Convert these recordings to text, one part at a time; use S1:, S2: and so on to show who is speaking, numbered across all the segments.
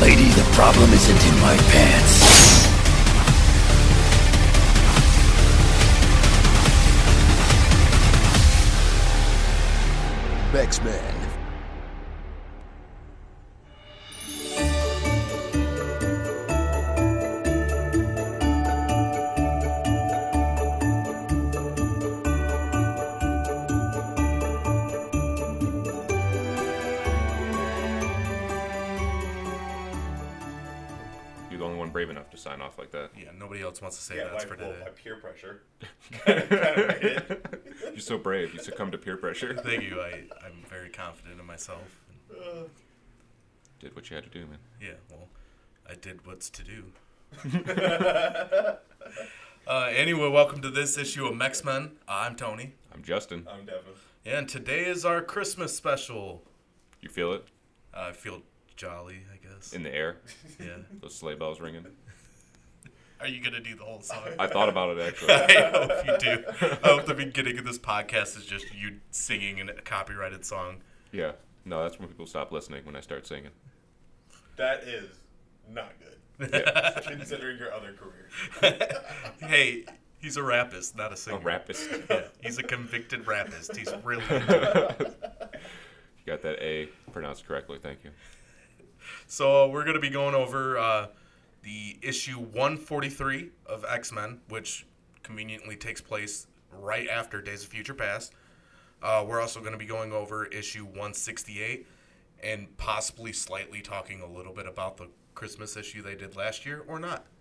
S1: lady, the problem isn't in my pants. X-Men.
S2: You're the only one brave enough to sign off like that.
S3: Yeah, nobody else wants to say
S4: Yeah,
S3: that's
S4: by,
S3: for
S4: well,
S3: today.
S4: by peer pressure. Kinda- kinda made it.
S2: You're so brave. You succumb to peer pressure.
S3: Thank you. I, I'm very confident in myself.
S2: Did what you had to do, man.
S3: Yeah, well, I did what's to do. uh, anyway, welcome to this issue of Mex Men. I'm Tony.
S2: I'm Justin.
S4: I'm Devin.
S3: And today is our Christmas special.
S2: You feel it
S3: I feel jolly, I guess.
S2: in the air.
S3: Yeah.
S2: Those sleigh bells ringing.
S3: Are you going to do the whole song?
S2: I thought about it actually.
S3: I hope you do. I hope the beginning of this podcast is just you singing a copyrighted song.
S2: Yeah. No, that's when people stop listening when I start singing.
S4: That is not good,
S2: Yeah.
S4: considering your other career.
S3: Hey, he's a rapist, not a
S2: A
S3: singer.
S2: rapist. you
S3: Yeah, he's a convicted rapist. He's really into it.
S2: got that A pronounced correctly. Thank you.
S3: so. uh, We're gonna be going over uh, the issue 143 of X Men, which conveniently takes place right after Days of Future Past. Uh, we're also gonna be going over issue 168 and possibly slightly talking a little bit about the Christmas issue they did last year or not.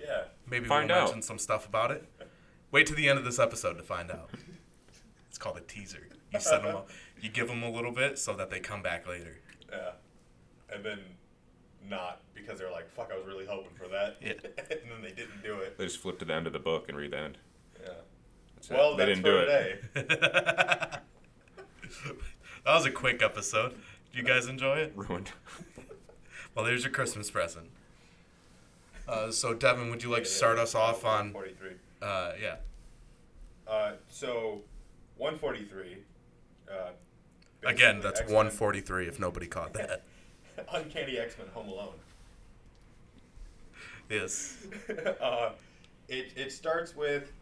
S4: Yeah.
S3: Maybe
S2: Find
S3: we'll
S2: out.
S3: mention some stuff about it. Wait to the end of this episode to find out. It's called a teaser. You send them, a, you give them a little bit so that they come back later.
S4: Yeah. And then not because they're like, fuck, I was really hoping for that.
S3: Yeah.
S4: and then they didn't do it.
S2: They just flip to the end of the book and read the end.
S4: Yeah.
S2: That's it.
S4: Well,
S2: they
S4: that's
S2: didn't
S4: for
S2: do it.
S4: today.
S3: that was a quick episode. Did you guys enjoy it?
S2: Ruined.
S3: Well, there's your Christmas present. Uh, so, Devin, would you like to
S4: Yeah,
S3: start
S4: yeah.
S3: us off on?
S4: 43.
S3: Uh, yeah.
S4: Uh, so, 143. Uh,
S3: Again,
S4: basically
S3: that's
S4: X-Men-
S3: 143. If nobody caught that.
S4: Uncanny X Men Home Alone.
S3: Yes.
S4: uh, it, it starts with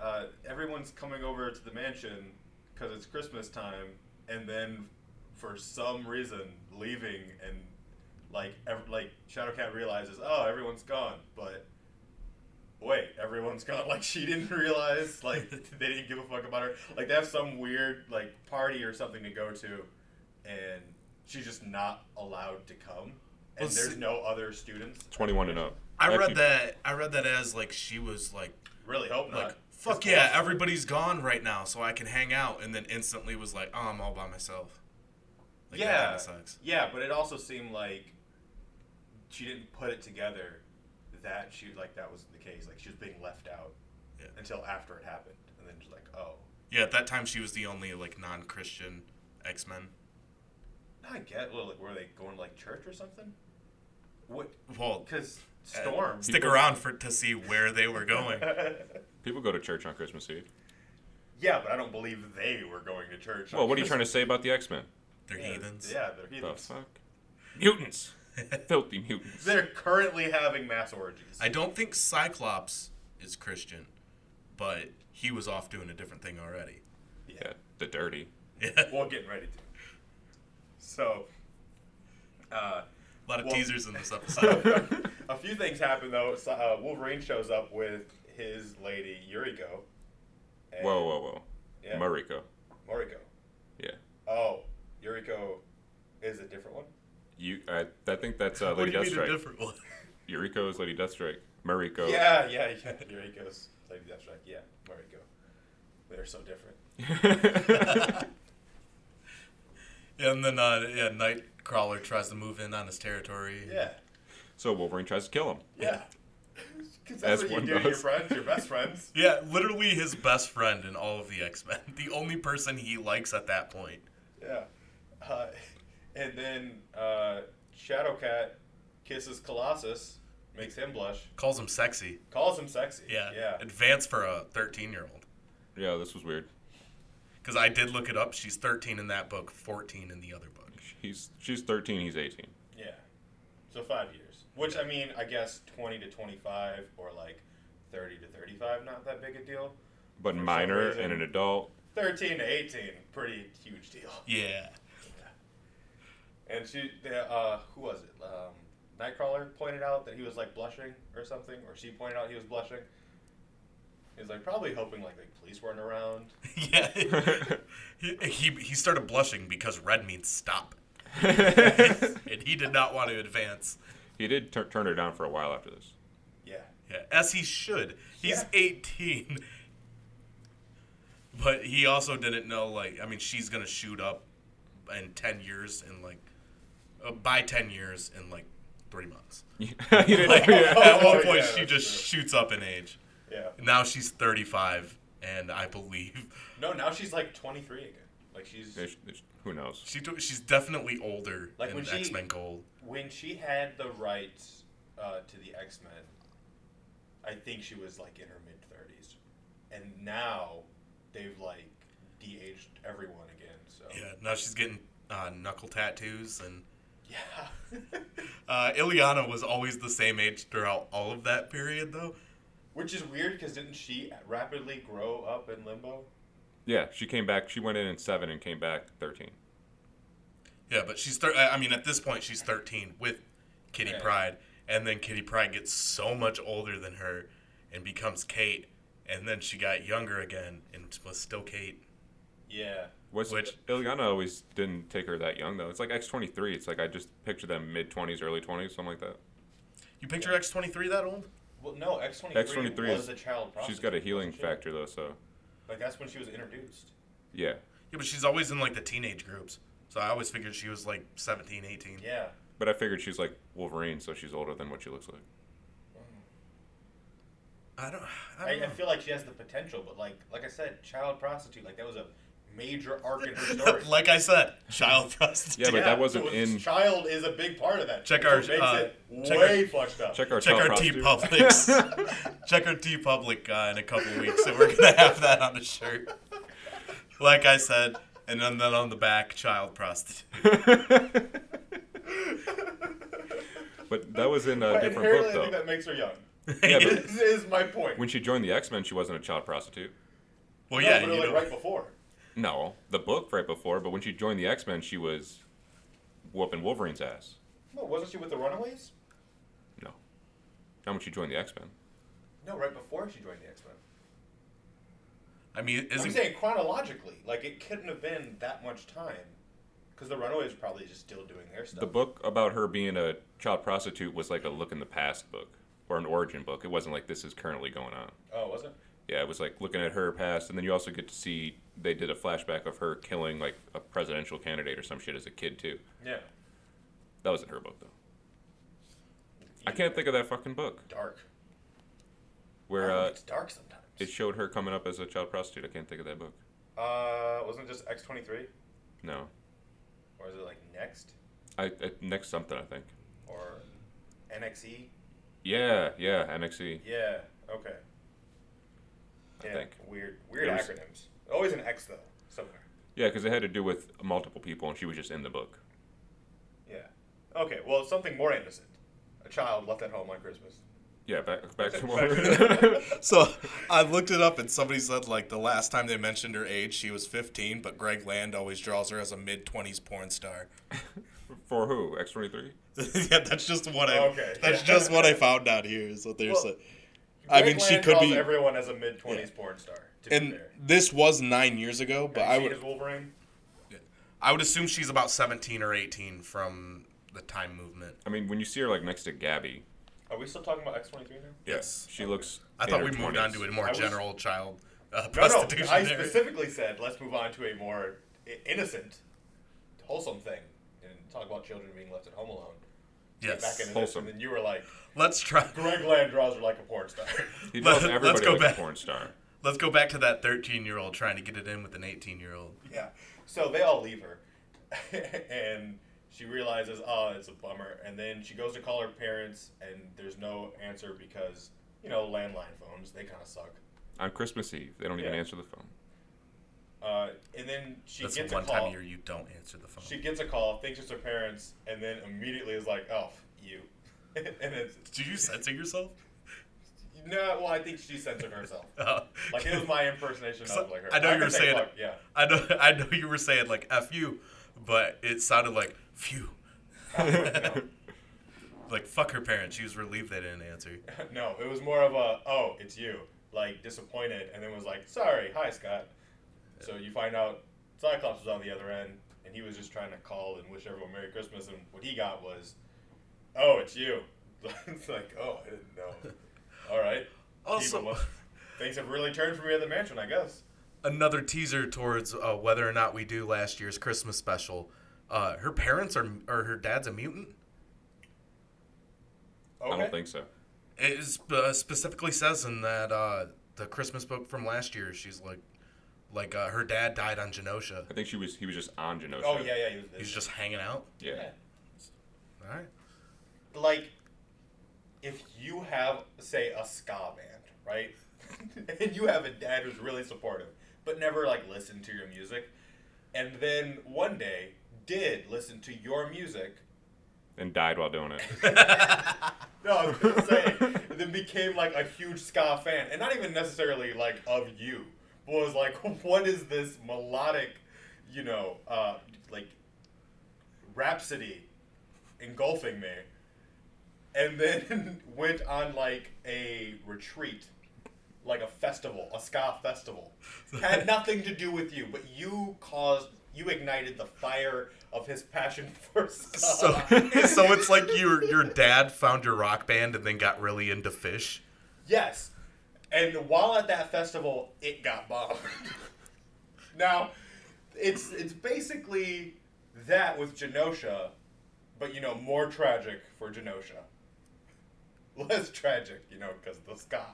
S4: uh, everyone's coming over to the mansion because it's Christmas time, and then for some reason leaving and like ev- like Shadowcat realizes oh everyone's gone, but wait everyone's gone like she didn't realize like they didn't give a fuck about her like they have some weird like party or something to go to, and she's just not allowed to come. And
S3: Well,
S4: there's
S3: see-
S4: no other students.
S2: Twenty-one and up.
S3: I
S2: Actually,
S3: read that. I read that as like she was like
S4: Really hope not.
S3: like fuck
S4: It's
S3: yeah
S4: close.
S3: everybody's gone right now so i can hang out and then instantly was like oh i'm all by myself like, that
S4: yeah,
S3: kinda sucks
S4: yeah, but it also seemed like she didn't put it together that she like that was the case. Like she was being left out
S3: Yeah.
S4: until after it happened, and then just like oh,
S3: yeah at that time she was the only like non-christian x-men
S4: now I get. Well, like were they going to like church or something? What?
S3: well
S4: Because storm.
S3: stick around for to see where they were going
S2: People go to church on Christmas Eve.
S4: yeah, but I don't believe they were going to church.
S2: Well, what are you trying to say about the X-Men?
S3: they're heathens
S4: Yeah, they're
S2: The
S4: heathens.
S2: fuck? Mutants. Filthy mutants.
S4: They're currently having mass orgies.
S3: i don't think cyclops is christian but he was off doing a different thing already
S2: Yeah, the dirty.
S3: yeah
S4: well, getting ready to. So. Uh,
S3: a lot of
S4: Well-
S3: teasers in this episode
S4: A few things happen though. So, uh, Wolverine shows up with his lady Yuriko. And
S2: Whoa, whoa, whoa.
S4: Yeah.
S2: Mariko.
S4: Moriko.
S2: Yeah.
S4: Oh, Yuriko is a different one.
S2: You, I, I think that's uh,
S3: what
S2: Lady
S3: do you mean a
S2: Deathstrike.
S3: different one
S2: Yuriko is Lady Deathstrike. Mariko.
S4: Yeah, yeah, yeah. Yuriko's Lady Deathstrike. Yeah, Moriko. They're so different.
S3: and then uh, yeah nightcrawler tries to move in on his territory
S4: Yeah,
S2: so Wolverine tries to kill him.
S4: yeah. Because
S2: As
S4: that's what you
S2: one
S4: do to your
S2: does.
S4: friends, your best friends.
S3: Yeah, literally his best friend in all of the X Men. The only person he likes at that point.
S4: Yeah. Uh, and then uh, Shadowcat kisses Colossus, makes him blush,
S3: Calls him sexy.
S4: calls him sexy.
S3: Yeah.
S4: Yeah.
S3: Advance for a 13 year old.
S2: Yeah, this was weird.
S3: Because I did look it up. She's 13 in that book, 14 in the other book.
S2: He's she's 13, he's 18.
S4: Yeah. So five years, which I mean, I guess twenty to twenty-five or like thirty to thirty-five, not that big a deal.
S2: But
S4: For some
S2: minor
S4: reason.
S2: and an adult.
S4: Thirteen to eighteen, pretty huge deal.
S3: Yeah.
S4: And she, the, uh, who was it? Um, Nightcrawler pointed out that he was like blushing or something, or she pointed out he was blushing. He was like probably hoping like the police weren't around.
S3: Yeah. he, he, he started blushing because red means stop. and he did not want to advance.
S2: he did tur turn her down for a while after this.
S4: Yeah.
S3: Yeah, as he should. He's
S4: Yeah.
S3: 18. But he also didn't know, like, I mean, she's going to shoot up in 10 years, in like, uh, by 10 years, in like three months.
S2: he didn't,
S3: At one
S4: Oh,
S3: point,
S4: yeah,
S3: she
S4: that's
S3: just
S4: true.
S3: shoots up in age.
S4: Yeah.
S3: Now she's 35, and I believe
S4: No, now she's like 23 again. Like she's
S2: there's- there's- who knows?
S3: she took, she's definitely older
S4: Like,
S3: in
S4: when she-
S3: X Men Gold.
S4: when she had the rights uh, to the X Men. I think she was like in her mid 30s, and now they've like de-aged everyone again. So
S3: Yeah, now she's getting uh, knuckle tattoos and.
S4: yeah.
S3: Uh, Ileana was always the same age throughout all of that period, though.
S4: Which is weird because didn't she rapidly grow up in limbo?
S2: Yeah, she came back. She went in at seven and came back thirteen.
S3: Yeah, but she's thir- I I mean, at this point, she's 13 with Kitty
S4: Right.
S3: Pride, and then Kitty Pride gets so much older than her and becomes Kate, and then she got younger again and was still Kate.
S4: Yeah.
S2: Was
S3: Which-
S2: Ileana always didn't take her that young though. It's like X twenty three. It's like I just picture them mid twenties, early twenties, something like that.
S3: You picture X23 that old?
S4: Well, no, X twenty
S2: X-23
S4: three was
S2: is-
S4: a child.
S2: She's got a
S4: prostitute,
S2: healing
S4: wasn't she?
S2: factor though, so
S4: Like that's when she was introduced.
S2: yeah.
S3: Yeah, but she's always in like the teenage groups. So I always figured she was like 17, 18.
S4: Yeah.
S2: But I figured she's like Wolverine, so she's older than what she looks like.
S3: I don't, I
S4: I,
S3: don't
S4: I
S3: know.
S4: feel like she has the potential, but like like I said, child prostitute. Like that was a major arc in her story.
S3: like I said, child prostitute.
S2: Yeah, but that wasn't
S4: so
S2: in-
S4: Child is a big part of that.
S3: Check
S4: which
S3: our,
S4: makes
S3: uh,
S4: it
S3: check
S4: way
S3: our-
S4: flushed up.
S2: Check our
S3: Check
S2: child
S3: our T
S2: prostitute.
S3: Publix. Check our T Public uh, in a couple weeks, and we're gonna have that on the shirt. Like I said, and then, then on the back, child prostitute.
S2: But that was in a
S3: uh,
S4: But
S2: different
S4: inherently,
S2: book
S4: I think
S2: though.
S4: that makes her young.
S2: Yeah, but-
S4: this is my point.
S2: When she joined the X Men, she wasn't a child prostitute.
S3: well,
S4: No,
S3: yeah,
S4: but
S3: you
S4: like
S3: know,
S4: right before.
S2: No, the book right before. But when she joined the X Men, she was whooping Wolverine's ass.
S4: No, wasn't she with the Runaways?
S2: No, not when she joined the X Men.
S4: No, right before she joined the X Men.
S3: I mean,
S4: I'm
S3: isn't
S4: saying chronologically, like it couldn't have been that much time, because the Runaways probably just still doing their stuff.
S2: The book about her being a child prostitute was like a look in the past book or an origin book. It wasn't like this is currently going on.
S4: oh, was it?
S2: Yeah, it was like looking at her past, and then you also get to see they did a flashback of her killing like a presidential candidate or some shit as a kid too.
S4: Yeah.
S2: That wasn't her book though. I can't think of that fucking book
S4: Dark.
S2: where uh,
S4: it's dark sometimes.
S2: it showed her coming up as a child prostitute. I can't think of that book.
S4: uh, wasn't it just X twenty three,
S2: No,
S4: or is it like Next
S2: I, I next something I think.
S4: or NXE?
S2: Yeah, yeah, NXE.
S4: Yeah. Okay.
S2: I
S4: yeah.
S2: think.
S4: Weird. Weird
S2: It was-
S4: acronyms. Always an X though somewhere.
S2: Yeah, because it had to do with multiple people, and she was just in the book.
S4: Yeah. Okay. Well, something more innocent. A child left at home on Christmas.
S2: Yeah, back back to
S4: Back-
S3: so? I looked it up, and somebody said like the last time they mentioned her age, she was 15, but Greg Land always draws her as a mid 20s porn star.
S2: for who X twenty three.
S3: yeah, that's just what I.
S4: Okay,
S3: that's
S4: yeah.
S3: just what I found out here. Is what they're
S4: Well,
S3: saying. I mean,
S4: Greg
S3: she
S4: Land
S3: could
S4: calls
S3: be.
S4: everyone as a mid twenties porn star. To be
S3: and
S4: fair.
S3: this was nine years ago, but I
S4: She
S3: would.
S4: is Wolverine.
S3: I would assume she's about 17 or 18 from the time movement.
S2: I mean, when you see her like next to Gabby,
S4: Are we still talking about X twenty three now?
S3: Yes.
S2: she looks.
S3: Oh, I
S2: in
S3: thought
S2: her
S3: we moved on
S2: 20s.
S3: to a more
S4: I was-
S3: general child uh,
S4: No, no.
S3: prostitution.
S4: I
S3: there.
S4: specifically said let's move on to a more i- innocent, wholesome thing, and talk about children being left at home alone.
S3: yes.
S4: Back in this,
S2: wholesome.
S4: and then you were like,
S3: Let's try.
S4: Greg Land draws her like a porn star.
S2: He tells
S3: Let's
S2: everybody
S3: go
S2: like
S3: back.
S2: a porn star.
S3: Let's go back to that 13 year old trying to get it in with an 18 year old.
S4: yeah. So they all leave her, and she realizes, oh, it's a bummer. And then she goes to call her parents, and there's no answer because you know landline phones they kind of suck.
S2: On Christmas Eve, they don't even
S4: Yeah.
S2: answer the phone.
S4: Uh, and then she
S3: That's the
S4: gets a
S3: one
S4: call.
S3: time a year you don't answer the phone.
S4: She gets a call, thinks it's her parents, and then immediately is like, "Oh, you. and it's
S3: Did you censor yourself?
S4: no. Well, I think she censored herself.
S3: Oh.
S4: Like it was my impersonation
S3: So-
S4: of like her.
S3: I know
S4: can
S3: you were
S4: say
S3: saying
S4: fuck,
S3: it.
S4: Yeah.
S3: I know. I know you were saying like "f you," but it sounded like "phew."
S4: No.
S3: Like fuck her parents. She was relieved they didn't answer.
S4: No, it was more of a oh, it's you, like disappointed, and then was like sorry, hi Scott. So you find out Cyclops was on the other end, and he was just trying to call and wish everyone Merry Christmas, and what he got was, oh, it's you. it's like oh, I didn't know. All right.
S3: Also-
S4: People must- things have really turned for me at the mansion, I guess.
S3: Another teaser towards uh, whether or not we do last year's Christmas special. Uh, her parents are, or her dad's a mutant.
S4: Okay.
S2: I don't think so.
S3: It is, uh, specifically says in that uh, the Christmas book from last year. She's like, like uh, her dad died on Genosha.
S2: I think she was he was just on Genosha.
S4: Oh yeah, yeah. He was,
S3: He's just hanging out.
S2: Yeah.
S3: All right.
S4: like if you have say a ska band right and you have a dad who's really supportive but never like listened to your music and then one day did listen to your music
S2: And died while doing it.
S4: no i was gonna say then became like a huge ska fan and not even necessarily like of you but was like what is this melodic you know uh like rhapsody engulfing me and then went on like a retreat like a festival a ska festival had nothing to do with you but you caused you ignited the fire of his passion for ska
S3: So, so it's like your your dad found your rock band and then got really into fish.
S4: Yes. And while at that festival, it got bombed. now, it's it's basically that with Genosha, but you know, more tragic for Genosha. Less tragic, you know, because the ska.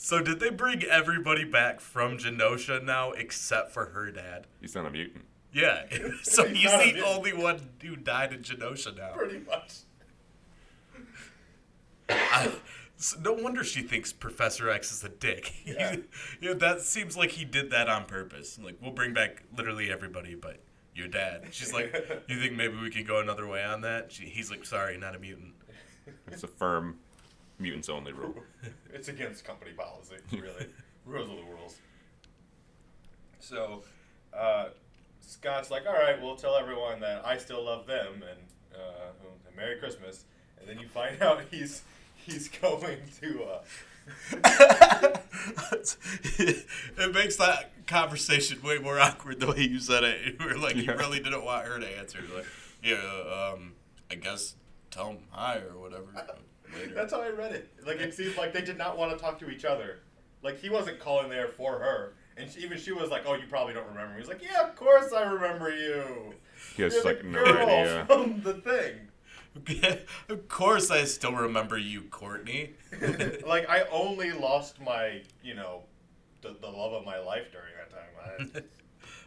S3: So did they bring everybody back from Genosha now except for her dad?
S2: He's not a mutant.
S3: Yeah. so
S4: He's
S3: he's
S4: not a
S3: the
S4: mutant.
S3: only one who died in Genosha now.
S4: Pretty much.
S3: I, so no wonder she thinks Professor X is a dick.
S4: Yeah.
S3: You know, that seems like he did that on purpose. Like we'll bring back literally everybody, but your dad. She's like, you think maybe we can go another way on that? She, he's like, sorry, not a mutant.
S2: It's a firm mutants only rule.
S4: It's against company policy, really. rules are the rules. So, uh, Scott's like, all right, we'll tell everyone that I still love them and uh, and Merry Christmas. And then you find out he's he's going to. Uh,
S3: it makes that conversation way more awkward the way you said it. You were like, you
S2: Yeah.
S3: really didn't want her to answer. Like, yeah, um, I guess tell him hi or whatever. Later.
S4: that's how I read it. Like it seemed like they did not want to talk to each other. Like he wasn't calling there for her, and she, even she was like, "Oh, you probably don't remember." me. He's like, "Yeah, of course I remember you.
S2: He has
S4: You're the
S2: like no
S4: girl
S2: idea.
S4: from the thing."
S3: of course, I still remember you, Courtney.
S4: like I only lost my, you know, the, the love of my life during that time.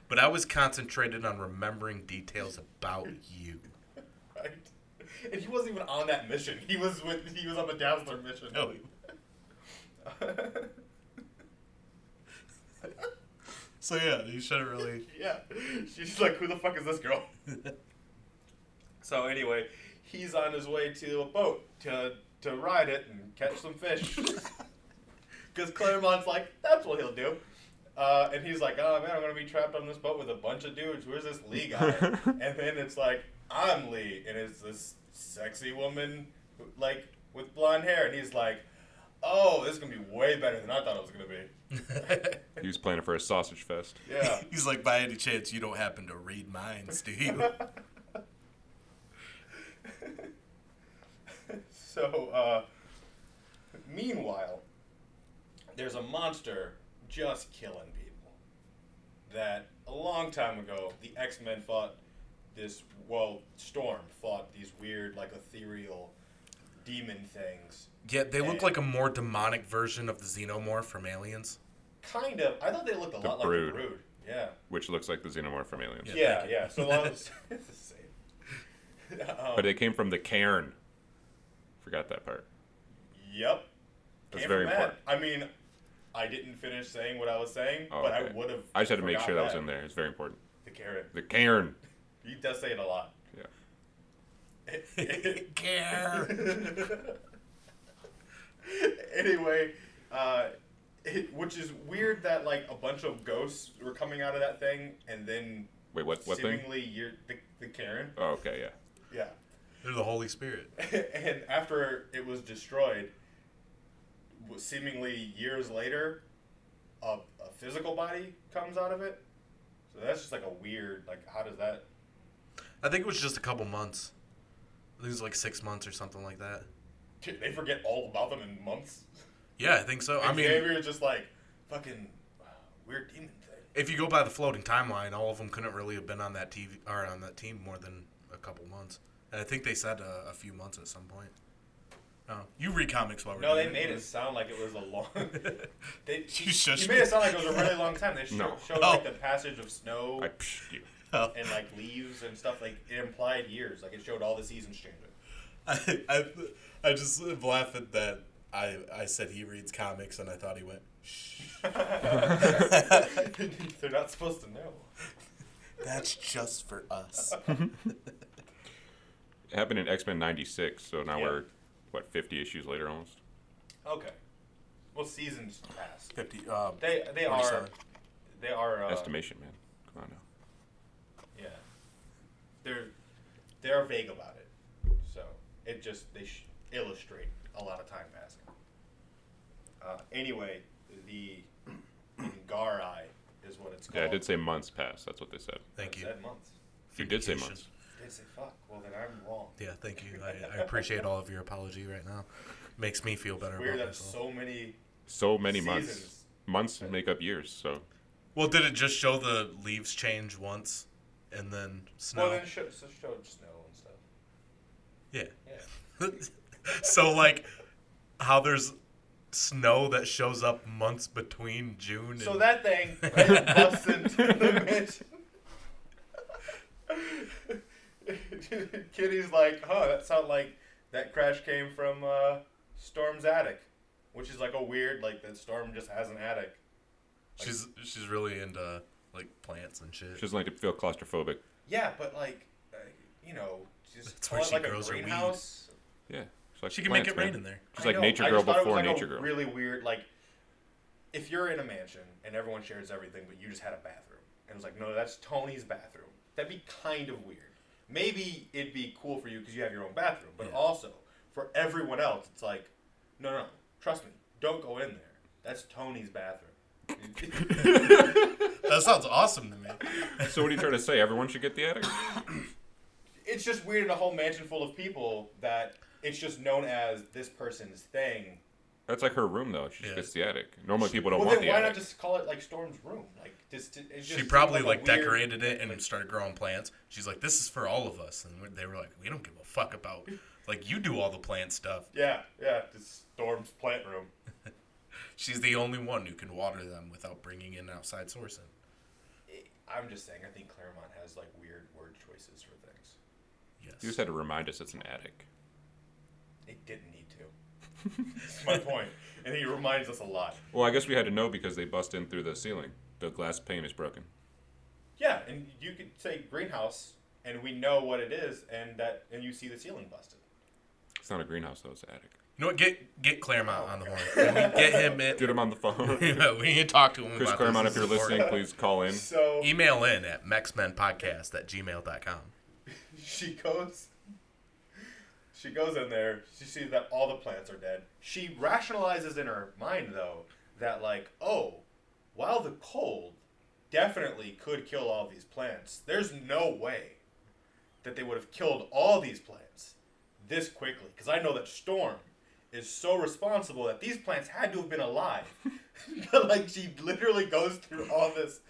S3: But I was concentrated on remembering details about you.
S4: I, right? And he wasn't even on that mission. He was with he was on the Dazzler mission.
S3: No. So yeah, you should have really.
S4: yeah. She's like, who the fuck is this girl? so anyway, he's on his way to a boat to to ride it and catch some fish. Because Claremont's like, that's what he'll do. Uh, and he's like, oh man, I'm gonna be trapped on this boat with a bunch of dudes. Where's this Lee guy? and then it's like, I'm Lee, and it's this sexy woman, who- like with blonde hair, and he's like, oh, this is gonna be way better than I thought it was gonna be.
S2: He was planning for a sausage fest.
S4: Yeah.
S3: uh, He's like, by any chance, you don't happen to read minds, do you?
S4: So, uh, meanwhile, there's a monster just killing people. That a long time ago, the X Men fought this, well, Storm fought these weird, like, ethereal demon things.
S3: Yeah, they look like a more demonic version of the xenomorph from Aliens.
S4: Kind of. I thought they looked a
S2: The
S4: lot
S2: Brood.
S4: like the Brood. Yeah.
S2: Which looks like the xenomorph from Aliens.
S3: Yeah.
S4: Yeah, yeah.
S3: thank
S4: So, a lot of. it's the same. Um,
S2: But it came from the cairn. Forgot that part.
S4: Yep.
S2: That's
S4: Came
S2: very
S4: from that.
S2: important.
S4: I mean, I didn't finish saying what I was saying,
S2: Oh,
S4: but I
S2: okay.
S4: would have.
S2: I just had to make sure that, was in there. It's very important.
S4: The carrot.
S2: The cairn.
S4: He does say it a lot.
S2: Yeah.
S3: Care.
S4: anyway, uh, it, which is weird that like a bunch of ghosts were coming out of that thing, and then
S2: Wait, what? What thing?
S4: seemingly you're the, the Karen,
S2: Oh, okay, yeah.
S4: yeah.
S3: They're the Holy Spirit.
S4: and after it was destroyed, w- seemingly years later, a, a physical body comes out of it. So that's just like a weird like how does that?
S3: I think it was just a couple months. I think it was like six months or something like that.
S4: Dude, they forget all about them in months.
S3: Yeah, I think so. I
S4: Like,
S3: mean,
S4: Xavier's just like fucking uh, weird demon thing.
S3: if you go by the floating timeline, all of them couldn't really have been on that TV or on that team more than a couple months. And I think they said uh, a, a few months at some point. Oh, you read comics while we're
S4: No, they
S3: doing
S4: made it sound like it was a long. they you,
S3: shushed
S4: made
S3: me.
S4: it sound like it was a really long time. They sho-
S2: No.
S4: showed like the passage of snow
S2: I psh, you.
S3: Oh.
S4: and like leaves and stuff. Like it implied years. Like it showed all the seasons changing.
S3: I, I, I just laughed at that. I, I said he reads comics, and I thought he went.
S4: They're not supposed to know.
S3: That's just for us.
S2: It happened in X Men '96, so now
S4: Yeah.
S2: we're what 50 issues later almost.
S4: Okay. Well, seasons passed.
S3: Fifty. Um,
S4: They they are
S3: 47.
S4: they are uh,
S2: Estimation, man. Come on now.
S4: Yeah. They're they're vague about it, so it just they sh- illustrate a lot of time passing. Uh, anyway, the Ngarai is what it's called.
S2: Yeah, I did say months past. That's what they said.
S3: thank
S4: I
S3: you.
S4: Said months.
S2: You did say
S3: Communication.
S2: months.
S4: Did say fuck. Well, then I'm wrong.
S3: Yeah, thank you. I, I appreciate all of your apology right now. Makes me feel better
S4: Weird
S3: about
S4: that
S3: myself.
S4: so many.
S2: So many
S4: Seasons.
S2: months. Months make up years. So
S3: well, did it just show the leaves change once, and then snow?
S4: Well, then it sho- so showed snow and stuff.
S3: yeah.
S4: Yeah.
S3: so like, how there's snow that shows up months between June.
S4: So
S3: and,
S4: that thing right, busts into the mansion. Kitty's like, huh, that sound like that crash came from uh, Storm's attic, which is like a weird, like that Storm just has an attic.
S3: she's she's really into like plants and shit.
S2: she doesn't like to feel claustrophobic.
S4: Yeah, but like, uh, you know, just
S3: That's
S4: call
S3: where
S4: it
S3: she
S4: like
S3: grows
S4: a
S3: her weed.
S4: greenhouse.
S2: Yeah. She, likes
S3: She can
S2: plants,
S3: make it
S2: man.
S3: rain in there.
S2: She's
S4: I
S2: like
S4: know,
S2: nature
S4: I
S2: girl
S4: just thought it was,
S2: before
S4: like,
S2: nature
S4: a
S2: girl.
S4: Really weird, like if you're in a mansion and everyone shares everything, but you just had a bathroom, and it was like, no, that's Tony's bathroom. That'd be kind of weird. Maybe it'd be cool for you because you have your own bathroom, but
S3: Yeah.
S4: also for everyone else, it's like, no, no, trust me, don't go in there. That's Tony's bathroom.
S3: That sounds awesome to me.
S2: so what are you trying to say? Everyone should get the attic?
S4: it's just weird in a whole mansion full of people that it's just known as this person's thing.
S2: That's like her room though. She just
S3: Yeah.
S2: gets the attic. Normally people don't
S4: Well,
S2: want
S4: then
S2: the
S4: why
S2: attic.
S4: not just call it like Storm's room? Like, just, it just
S3: She
S4: seemed
S3: probably
S4: a
S3: like,
S4: weird-
S3: decorated it and started growing plants. She's like, "This is for all of us," and we- they were like, "We don't give a fuck about like you do all the plant stuff.
S4: Yeah, yeah, it's Storm's plant room.
S3: She's the only one who can water them without bringing in outside sourcing."
S4: I'm just saying, I think Claremont has like weird word choices for things.
S3: Yes.
S2: You just had to remind us it's an attic.
S4: It didn't need to. That's my point. And he reminds us a lot.
S2: Well, I guess we had to know because they bust in through the ceiling. The glass pane is broken.
S4: Yeah, and you could say greenhouse, and we know what it is, and that, and you see the ceiling busted.
S2: It's not a greenhouse though. It's an attic.
S3: You know what? Get get Claremont on the horn. Can we get him in.
S2: Get him on the phone.
S3: we need to talk to him.
S2: Chris
S3: about
S2: Claremont,
S3: this.
S2: if you're
S3: This is
S2: listening,
S3: important.
S2: please call in.
S4: So
S3: email in at mexmenpodcast at gmail.com.
S4: she goes. She goes in there. She sees that all the plants are dead. She rationalizes in her mind though that like, oh, while the cold definitely could kill all these plants, there's no way that they would have killed all these plants this quickly because I know that storm is so responsible that these plants had to have been alive. but like she literally goes through all this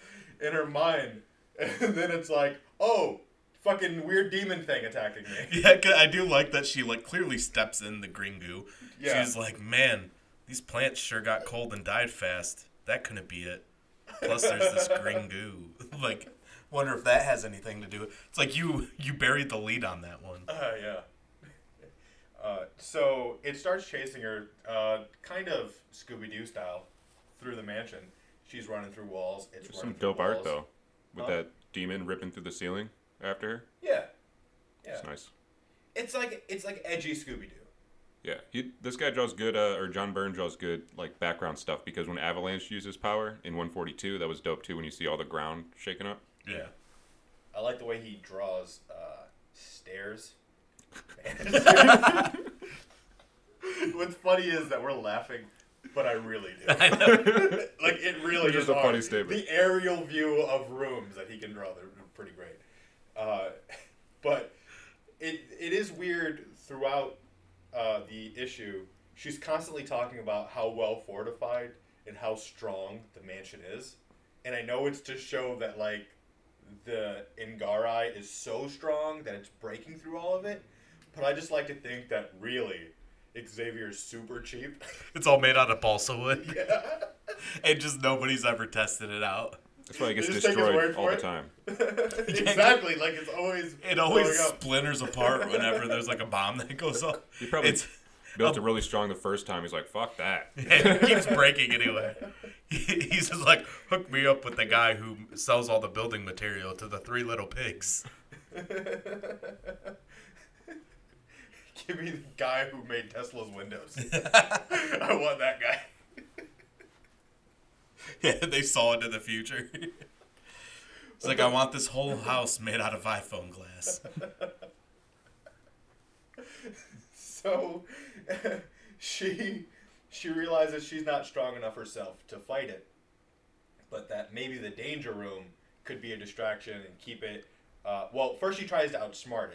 S4: in her mind, and then it's like, oh, fucking weird demon thing attacking me.
S3: Yeah, 'cause I do like that she like clearly steps in the green goo.
S4: Yeah.
S3: She's like, man, these plants sure got cold and died fast. That couldn't be it. Plus, there's this green goo. like, wonder if that has anything to do with. It's like you you buried the lead on that one.
S4: Uh, yeah. Uh, so it starts chasing her, uh, kind of Scooby Doo style, through the mansion. She's running through walls. It's
S2: There's some
S4: running through
S2: dope art
S4: walls.
S2: though, with
S4: Huh?
S2: that demon ripping through the ceiling after her.
S4: Yeah. Yeah.
S2: It's nice.
S4: It's like it's like edgy Scooby Doo.
S2: Yeah, he, this guy draws good, uh, or John Byrne draws good, like background stuff because when Avalanche uses power in 142, that was dope too. When you see all the ground shaking up,
S3: Yeah.
S4: I like the way he draws uh, stairs. What's funny is that we're laughing, but I really do. like it really
S2: It's just
S4: is
S2: a funny
S4: hard.
S2: statement.
S4: The aerial view of rooms that he can draw, they're pretty great. Uh, but it it is weird throughout uh, the issue. She's constantly talking about how well fortified and how strong the mansion is, and I know it's to show that like the Ngarai is so strong that it's breaking through all of it. But I just like to think that really, Xavier's super cheap.
S3: It's all made out of balsa wood,
S4: yeah.
S3: and just nobody's ever tested it out.
S2: that's why it gets
S4: They just take his word
S2: destroyed
S4: for
S2: all the
S4: it?
S2: time.
S4: exactly. Like it's always
S3: It always
S4: blowing up.
S3: splinters apart whenever there's like a bomb that goes off.
S2: He probably
S3: It's-
S2: built it really strong the first time. He's like, "Fuck that."
S3: it keeps breaking anyway. He- He's just like, hook me up with the guy who sells all the building material to the three little pigs.
S4: Give me the guy who made Tesla's windows. I want that guy.
S3: Yeah, they saw into the future. It's like, I want this whole house made out of iPhone glass.
S4: So she she realizes she's not strong enough herself to fight it, but that maybe the danger room could be a distraction and keep it. Uh, well, first she tries to outsmart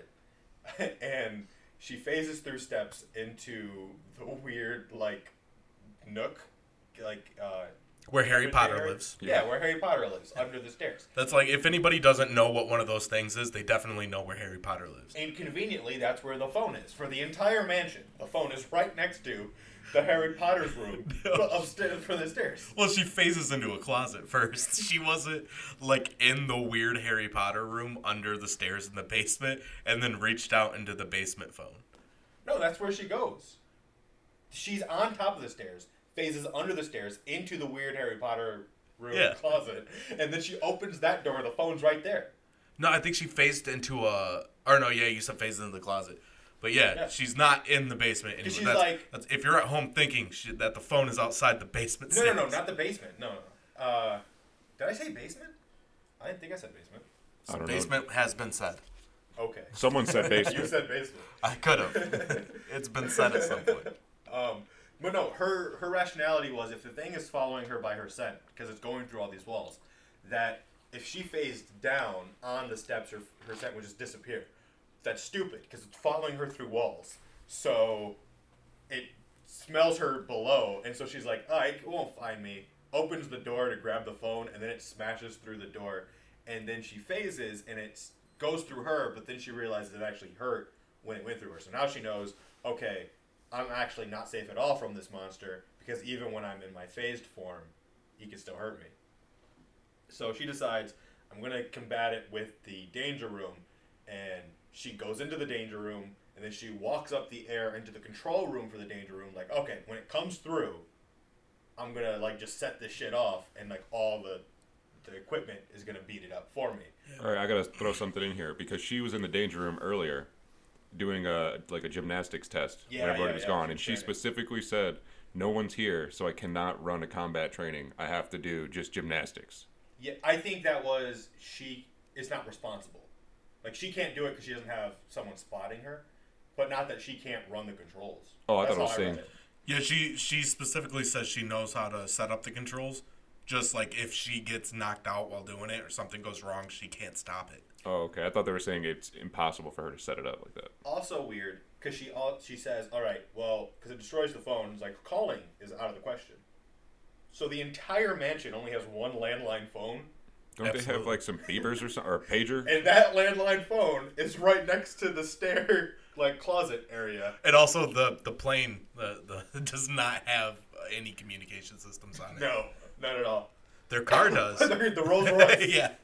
S4: it, and she phases through steps into the weird like nook, like uh,
S3: Where Harry
S4: under
S3: Potter
S4: there.
S3: lives.
S4: Yeah,
S2: Yeah.
S4: where Harry Potter lives under the stairs.
S3: That's like, if anybody doesn't know what one of those things is, they definitely know where Harry Potter lives.
S4: And conveniently, that's where the phone is for the entire mansion. The phone is right next to the Harry Potter's room but upstairs for the stairs.
S3: Well, she phases into a closet first. She wasn't like in the weird Harry Potter room under the stairs in the basement and then reached out into the basement phone.
S4: No, that's where she goes. She's on top of the stairs, phases under the stairs into the weird Harry Potter room
S3: Yeah.
S4: closet, and then she opens that door. The phone's right there.
S3: No, I think she phased into a. Or no, yeah, you said phased into the closet. But yeah,
S4: Yeah.
S3: she's not in the basement anymore.
S4: she's
S3: that's,
S4: like-
S3: that's, if you're at home thinking she, that the phone is outside the basement.
S4: No, no, no,
S3: stairs.
S4: not the basement. No, no, no. Uh, did I say basement? I didn't think I said basement.
S2: I don't know.
S3: basement has been said.
S4: Okay.
S2: Someone said
S4: You
S2: basement.
S4: said basement.
S3: I could have. it's been said at some point.
S4: Um, but no, her her rationality was if the thing is following her by her scent because it's going through all these walls, that if she phased down on the steps, her her scent would just disappear. That's stupid because it's following her through walls, so it smells her below, and so she's like, "I it won't find me." Opens the door to grab the phone, and then it smashes through the door, and then she phases, and it s- goes through her, but then she realizes it actually hurt when it went through her. So now she knows, okay, I'm actually not safe at all from this monster because even when I'm in my phased form, he can still hurt me. So she decides, I'm going to combat it with the danger room. And she goes into the danger room and then she walks up the air into the control room for the danger room. Like, okay, when it comes through, I'm going to like just set this shit off and like all the, the equipment is going to beat it up for me.
S2: All right, I gotta throw something in here because she was in the danger room earlier, doing a like a gymnastics test
S4: Yeah,
S2: when everybody
S4: yeah,
S2: was
S4: yeah,
S2: gone,
S4: she
S2: and she
S4: tried it.
S2: specifically said, "No one's here, so I cannot run a combat training. I have to do just gymnastics."
S4: Yeah, I think that was she is not responsible. Like she can't do it because she doesn't have someone spotting her, but not that she can't run the controls.
S2: Oh, I
S4: That's
S2: thought I
S4: how
S2: was
S4: read
S2: saying-
S4: it.
S3: Yeah, she she specifically says she knows how to set up the controls. Just like if she gets knocked out while doing it or something goes wrong, she can't stop it.
S2: Oh, okay. I thought they were saying it's impossible for her to set it up like that.
S4: Also weird because she all she says, "All right, well, because it destroys the phone." It's like calling is out of the question. So the entire mansion only has one landline phone,
S2: Don't they have
S3: Absolutely.
S2: like some beepers or something or a pager?
S4: and that landline phone is right next to the stair like closet area.
S3: And also the the plane the, the does not have any communication systems on it.
S4: No, not at all.
S3: Their car does.
S4: the Rolls Royce.
S3: yeah.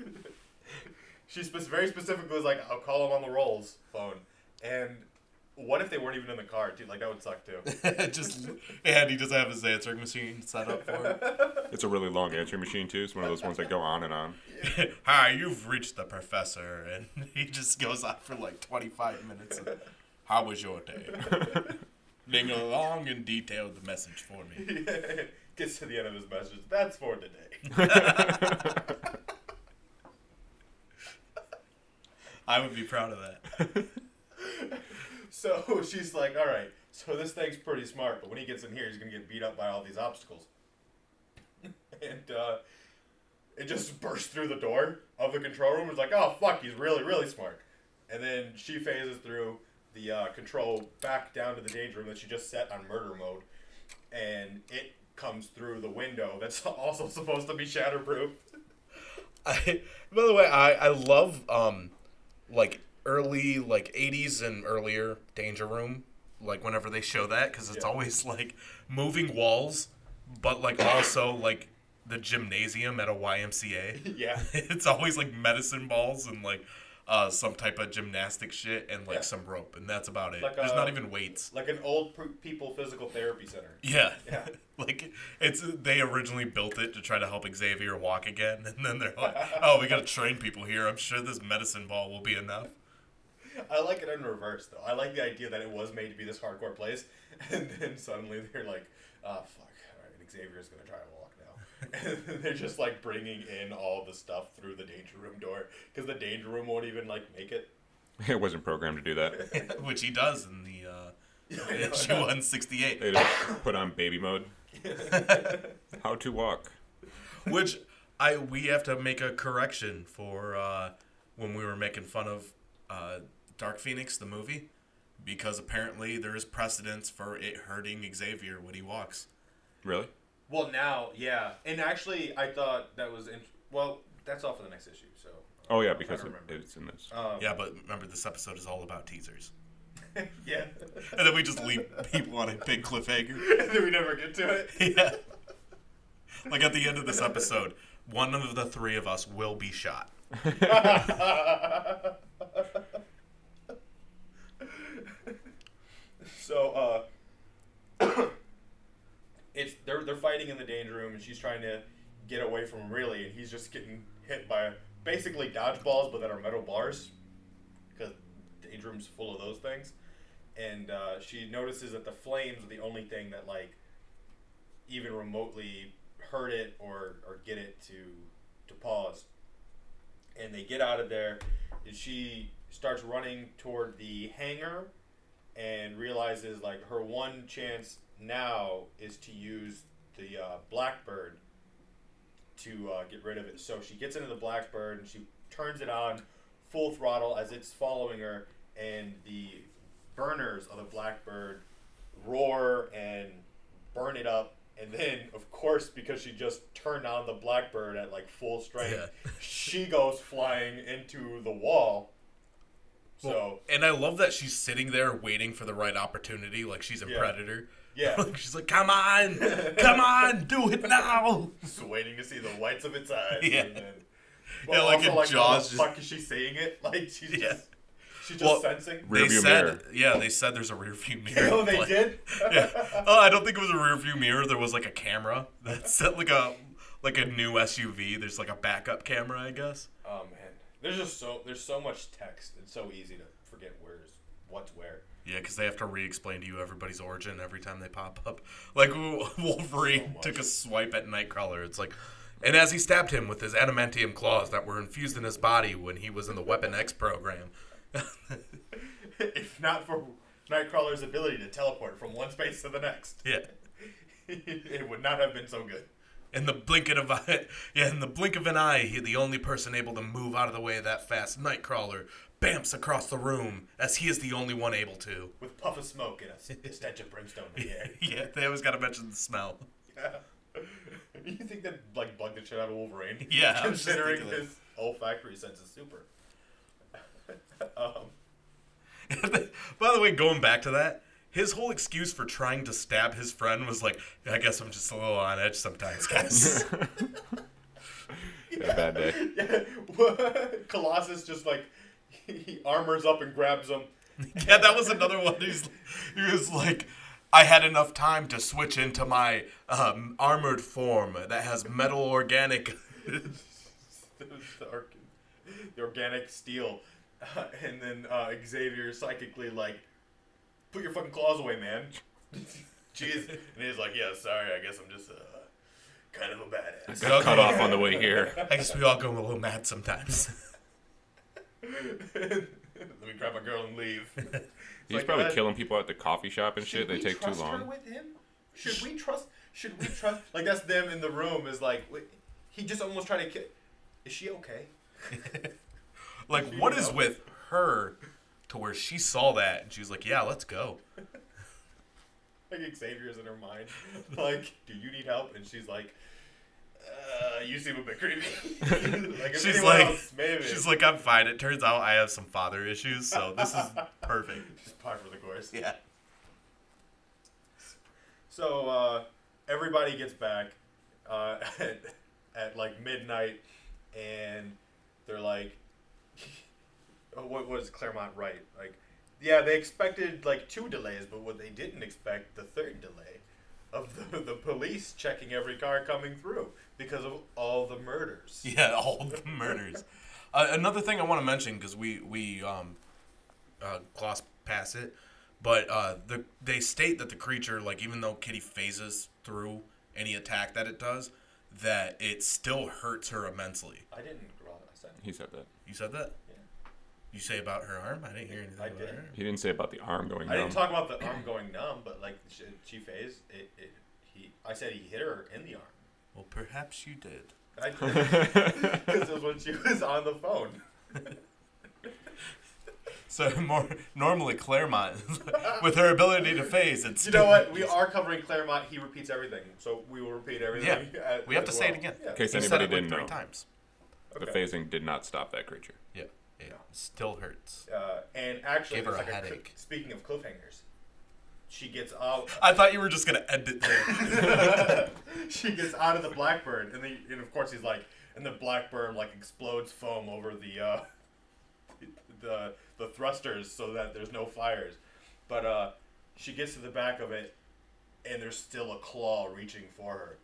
S4: She spe- very specifically was like, "I'll call him on the rolls phone." And what if they weren't even in the car, dude? Like that would suck too.
S3: just and he doesn't have his answering machine set up for it.
S2: It's a really long answering machine too. It's one of those ones that go on and on.
S3: Hi, you've reached the professor, and he just goes on for like twenty five minutes.
S5: How was your day? Leave a long and detailed message for me.
S4: Gets to the end of his message. That's for today.
S5: I would be proud of that.
S4: So she's like, all right, so this thing's pretty smart, but when he gets in here, he's going to get beat up by all these obstacles. and uh, it just bursts through the door of the control room. It's like, oh, fuck, he's really, really smart. And then she phases through the uh, control back down to the danger room that she just set on murder mode. And it comes through the window that's also supposed to be shatterproof.
S3: I, by the way, I, I love um, like early like '80s and earlier Danger Room, like whenever they show that because it's
S4: Yeah.
S3: always like moving walls, but like also like the gymnasium at a YMCA.
S4: Yeah.
S3: it's always like medicine balls and like uh, some type of gymnastic shit and like
S4: Yeah.
S3: some rope, and that's about it.
S4: Like,
S3: There's
S4: uh,
S3: not even weights.
S4: Like an old pr- people physical therapy center.
S3: Yeah.
S4: Yeah.
S3: like it's they originally built it to try to help Xavier walk again and then they're like, "Oh, we got to train people here. I'm sure this medicine ball will be enough."
S4: I like it in reverse though. I like the idea that it was made to be this hardcore place, and then suddenly they're like, "Ah, oh, fuck! All right, Xavier's gonna try to walk now." And then they're just like bringing in all the stuff through the danger room door because the danger room won't even like make it.
S2: It wasn't programmed to do that.
S3: Which he does in the uh issue
S4: Yeah.
S3: 168,
S2: They just put on baby mode. How to walk.
S3: which I we have to make a correction for uh when we were making fun of uh Dark Phoenix the movie because apparently there is precedence for it hurting Xavier when he walks.
S2: Really?
S4: Well, now, yeah, and actually, I thought that was in- well. That's all for the next issue. So,
S2: Oh yeah, because it,
S4: I don't remember. Oh.
S2: it's in this.
S3: Yeah, but remember this episode is all about teasers.
S4: yeah,
S3: And then we just leave people on a big cliffhanger.
S4: and then we never get to it.
S3: Yeah. Like at the end of this episode, one of the three of us will be shot.
S4: So uh it's they're they're fighting in the danger room and she's trying to get away from him really and he's just getting hit by basically dodgeballs but that are metal bars because danger room's full of those things and uh, she notices that the flames are the only thing that like even remotely hurt it or or get it to to pause and they get out of there and she starts running toward the hangar and realizes like her one chance now is to use the uh, blackbird to uh, get rid of it. So she gets into the blackbird and she turns it on full throttle as it's following her, and the burners of the blackbird roar and burn it up. And then, of course, because she just turned on the blackbird at like full strength,
S3: Yeah.
S4: she goes flying into the wall. So
S3: And I love that she's sitting there waiting for the right opportunity, like she's a
S4: Yeah.
S3: predator.
S4: Yeah.
S3: Like, she's like, Come on, come on, do it now.
S4: just waiting to see the whites of its eyes.
S3: Yeah.
S4: And then,
S3: Yeah, like in Jaws,
S4: How the
S3: just-
S4: fuck is she saying it? Like she's
S3: Yeah.
S4: just, she's just
S3: Well,
S4: sensing.
S2: Rear
S3: they
S2: view
S3: said
S2: mirror.
S3: yeah, they said there's a rear view mirror.
S4: Oh, they
S3: Like-
S4: did.
S3: yeah. Oh, I don't think it was a rear view mirror. There was like a camera. That's like a like a new SUV. There's like a backup camera, I guess.
S4: Oh man, there's just so there's so much text. It's so easy to forget where's what's where.
S3: Yeah, because they have to re-explain to you everybody's origin every time they pop up. Like Wo- Wolverine took a swipe at Nightcrawler. It's like, and as he stabbed him with his adamantium claws that were infused in his body when he was in the Weapon X program.
S4: if not for Nightcrawler's ability to teleport from one space to the next,
S3: yeah,
S4: it would not have been so good.
S3: in the blink of an eye, yeah, in the blink of an eye, he the only person able to move out of the way that fast. Nightcrawler bamps across the room as he is the only one able to.
S4: With puff of smoke and a s- a stench of brimstone in the air.
S3: Yeah, they always got to mention the smell.
S4: you think that like bugged the shit out of Wolverine?
S3: Yeah, I was just
S4: considering
S3: thinking that.
S4: his olfactory sense is super.
S3: By the way, going back to that, his whole excuse for trying to stab his friend was like, I guess I'm just a little on edge sometimes, guys.
S2: Had a bad day.
S4: Colossus just like he armors up and grabs him.
S3: yeah, that was another one. He's, he was like, I had enough time to switch into my um, armored form that has metal organic.
S4: the, the, or- the organic steel, and then uh, Xavier psychically like put your fucking claws away, man. Jeez. And he's like, yeah, sorry, I guess I'm just uh, kind of a badass.
S2: Got cut off on the way here.
S3: I guess we all go a little mad sometimes.
S4: Let me grab my girl and leave. It's
S2: He's
S4: like,
S2: probably
S4: uh,
S2: killing people at the coffee shop and shit.
S4: Should
S2: They
S4: we
S2: take too
S4: trust Her
S2: long.
S4: with him? Should we trust? Should we trust? Like that's them in the room. Is like wait, he just almost tried to kill. Is she okay?
S3: like, what is with her to where she saw that and she was like, yeah, let's go.
S4: Like Xavier's in her mind. Like, do you need help? And she's like, uh, you seem a bit creepy. like, if
S3: She's
S4: anyone
S3: like,
S4: else, maybe.
S3: she's like, I'm fine. It turns out I have some father issues, so this is perfect.
S4: Just par for the course.
S3: Yeah.
S4: So uh, everybody gets back uh, at, at like midnight, and they're like, oh, "What was Claremont right?" Like, yeah, they expected like two delays, but what they didn't expect the third delay of the, the police checking every car coming through because of all the murders.
S3: Yeah, all the murders. uh, another thing I want to mention because we we um, uh, glossed past it, but uh, the they state that the creature, like even though Kitty phases through any attack that it does, that it still hurts her immensely.
S4: I didn't grow up. I said
S2: He said that.
S3: You said that.
S4: Yeah.
S3: You say about her arm? I didn't hear anything.
S4: I
S3: about
S4: didn't.
S3: her.
S2: He didn't say about the arm going
S4: I
S2: numb.
S4: didn't talk about the arm going numb, but like she, she phased it, it. He, I said he hit her in the arm.
S3: Well, perhaps you did.
S4: I Because it was when she was on the phone.
S3: So more normally Claremont, with her ability to phase, it's
S4: You know what? We are covering Claremont. He repeats everything, so we will repeat everything.
S3: Yeah.
S4: at-
S3: We have to
S4: uh, as
S3: say it
S4: well.
S3: again.
S4: Yeah.
S2: Okay. case
S3: He said
S2: anybody
S3: it, like,
S2: didn't
S3: three
S2: know.
S3: times.
S2: The
S4: Okay.
S2: phasing did not stop that creature.
S3: Yeah, it still hurts.
S4: Uh, and actually,
S3: Gave her
S4: it's
S3: a
S4: like cl-
S3: headache.
S4: speaking of cliffhangers, she gets out.
S3: I thought you were just gonna end it there.
S4: she gets out of the Blackbird, and, the, and of course he's like, and the Blackbird like explodes foam over the uh, the the thrusters so that there's no fires. But uh, she gets to the back of it, and there's still a claw reaching for her.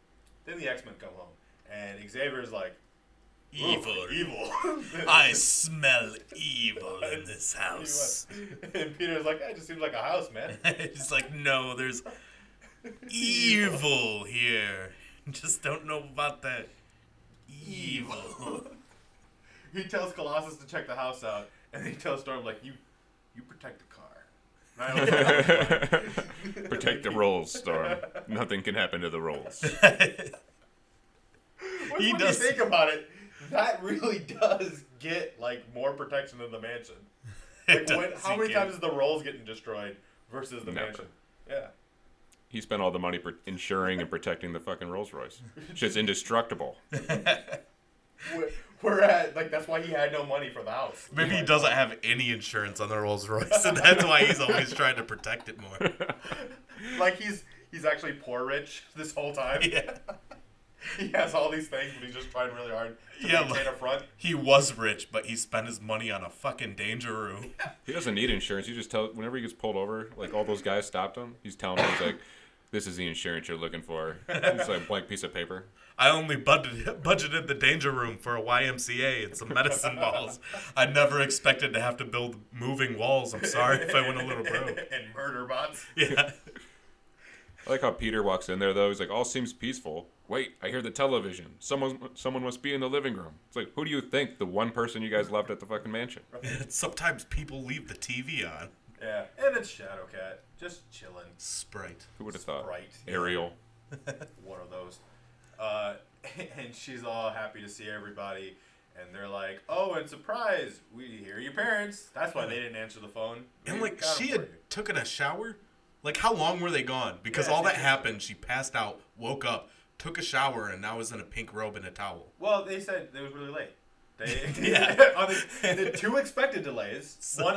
S4: Then the X Men come home, and Xavier's like, "Ooh, evil.
S3: I smell evil in this house.
S4: and Peter's like, that just seems like a house, man.
S3: It's like, no, there's evil here. Just don't know about that evil.
S4: he tells Colossus to check the house out, and he tells Storm like, "You, you protect the car." And I was like,
S2: Protect the rolls, Storm. Nothing can happen to the rolls.
S4: Which,
S3: He
S4: when
S3: does-
S4: you think about it, that really does get like more protection than the mansion. Like,
S3: It
S4: when,
S3: does,
S4: how
S3: he
S4: many
S3: can.
S4: times is the rolls getting destroyed versus the
S2: Never.
S4: mansion? Yeah.
S2: He spent all the money pr insuring and protecting the fucking Rolls Royce. Shit's indestructible.
S4: We're, we're at like that's why he had no money for the house.
S3: Maybe he doesn't have any insurance on the Rolls Royce, and that's why he's always trying to protect it more.
S4: Like he's he's actually poor rich this whole time.
S3: Yeah.
S4: He has all these things, but he's just trying really hard to
S3: Yeah,
S4: maintain
S3: like-
S4: a front.
S3: He was rich, but he spent his money on a fucking dangeroo.
S2: He doesn't need insurance. You just tell whenever he gets pulled over, like all those guys stopped him. He's telling me he's like, "This is the insurance you're looking for." It's like a blank piece of paper.
S3: I only budgeted, budgeted the danger room for a YMCA and some medicine balls. I never expected to have to build moving walls. I'm sorry if I went a little broke.
S4: and murder bots.
S3: Yeah.
S2: I like how Peter walks in there though. He's like, "All seems peaceful." Wait, I hear the television. Someone, someone must be in the living room. It's like, who do you think the one person you guys left at the fucking mansion?
S3: Sometimes people leave the TV on.
S4: Yeah, and it's Shadowcat just chilling.
S3: Sprite.
S2: Who would have thought?
S4: Sprite.
S2: Ariel.
S4: one of those. Uh, and she's all happy to see everybody, and they're like, "Oh, and surprise, we hear your parents." That's why they didn't answer the phone.
S3: And
S4: We
S3: like
S4: got 'em
S3: she
S4: for
S3: had
S4: you.
S3: taken a shower. Like how long were they gone? Because
S4: Yeah,
S3: all
S4: she
S3: that
S4: took a
S3: happened, she passed out, woke up, took a shower, and now is in a pink robe and a towel.
S4: Well, they said it was really late. They
S3: Yeah.
S4: on the, the two expected delays, one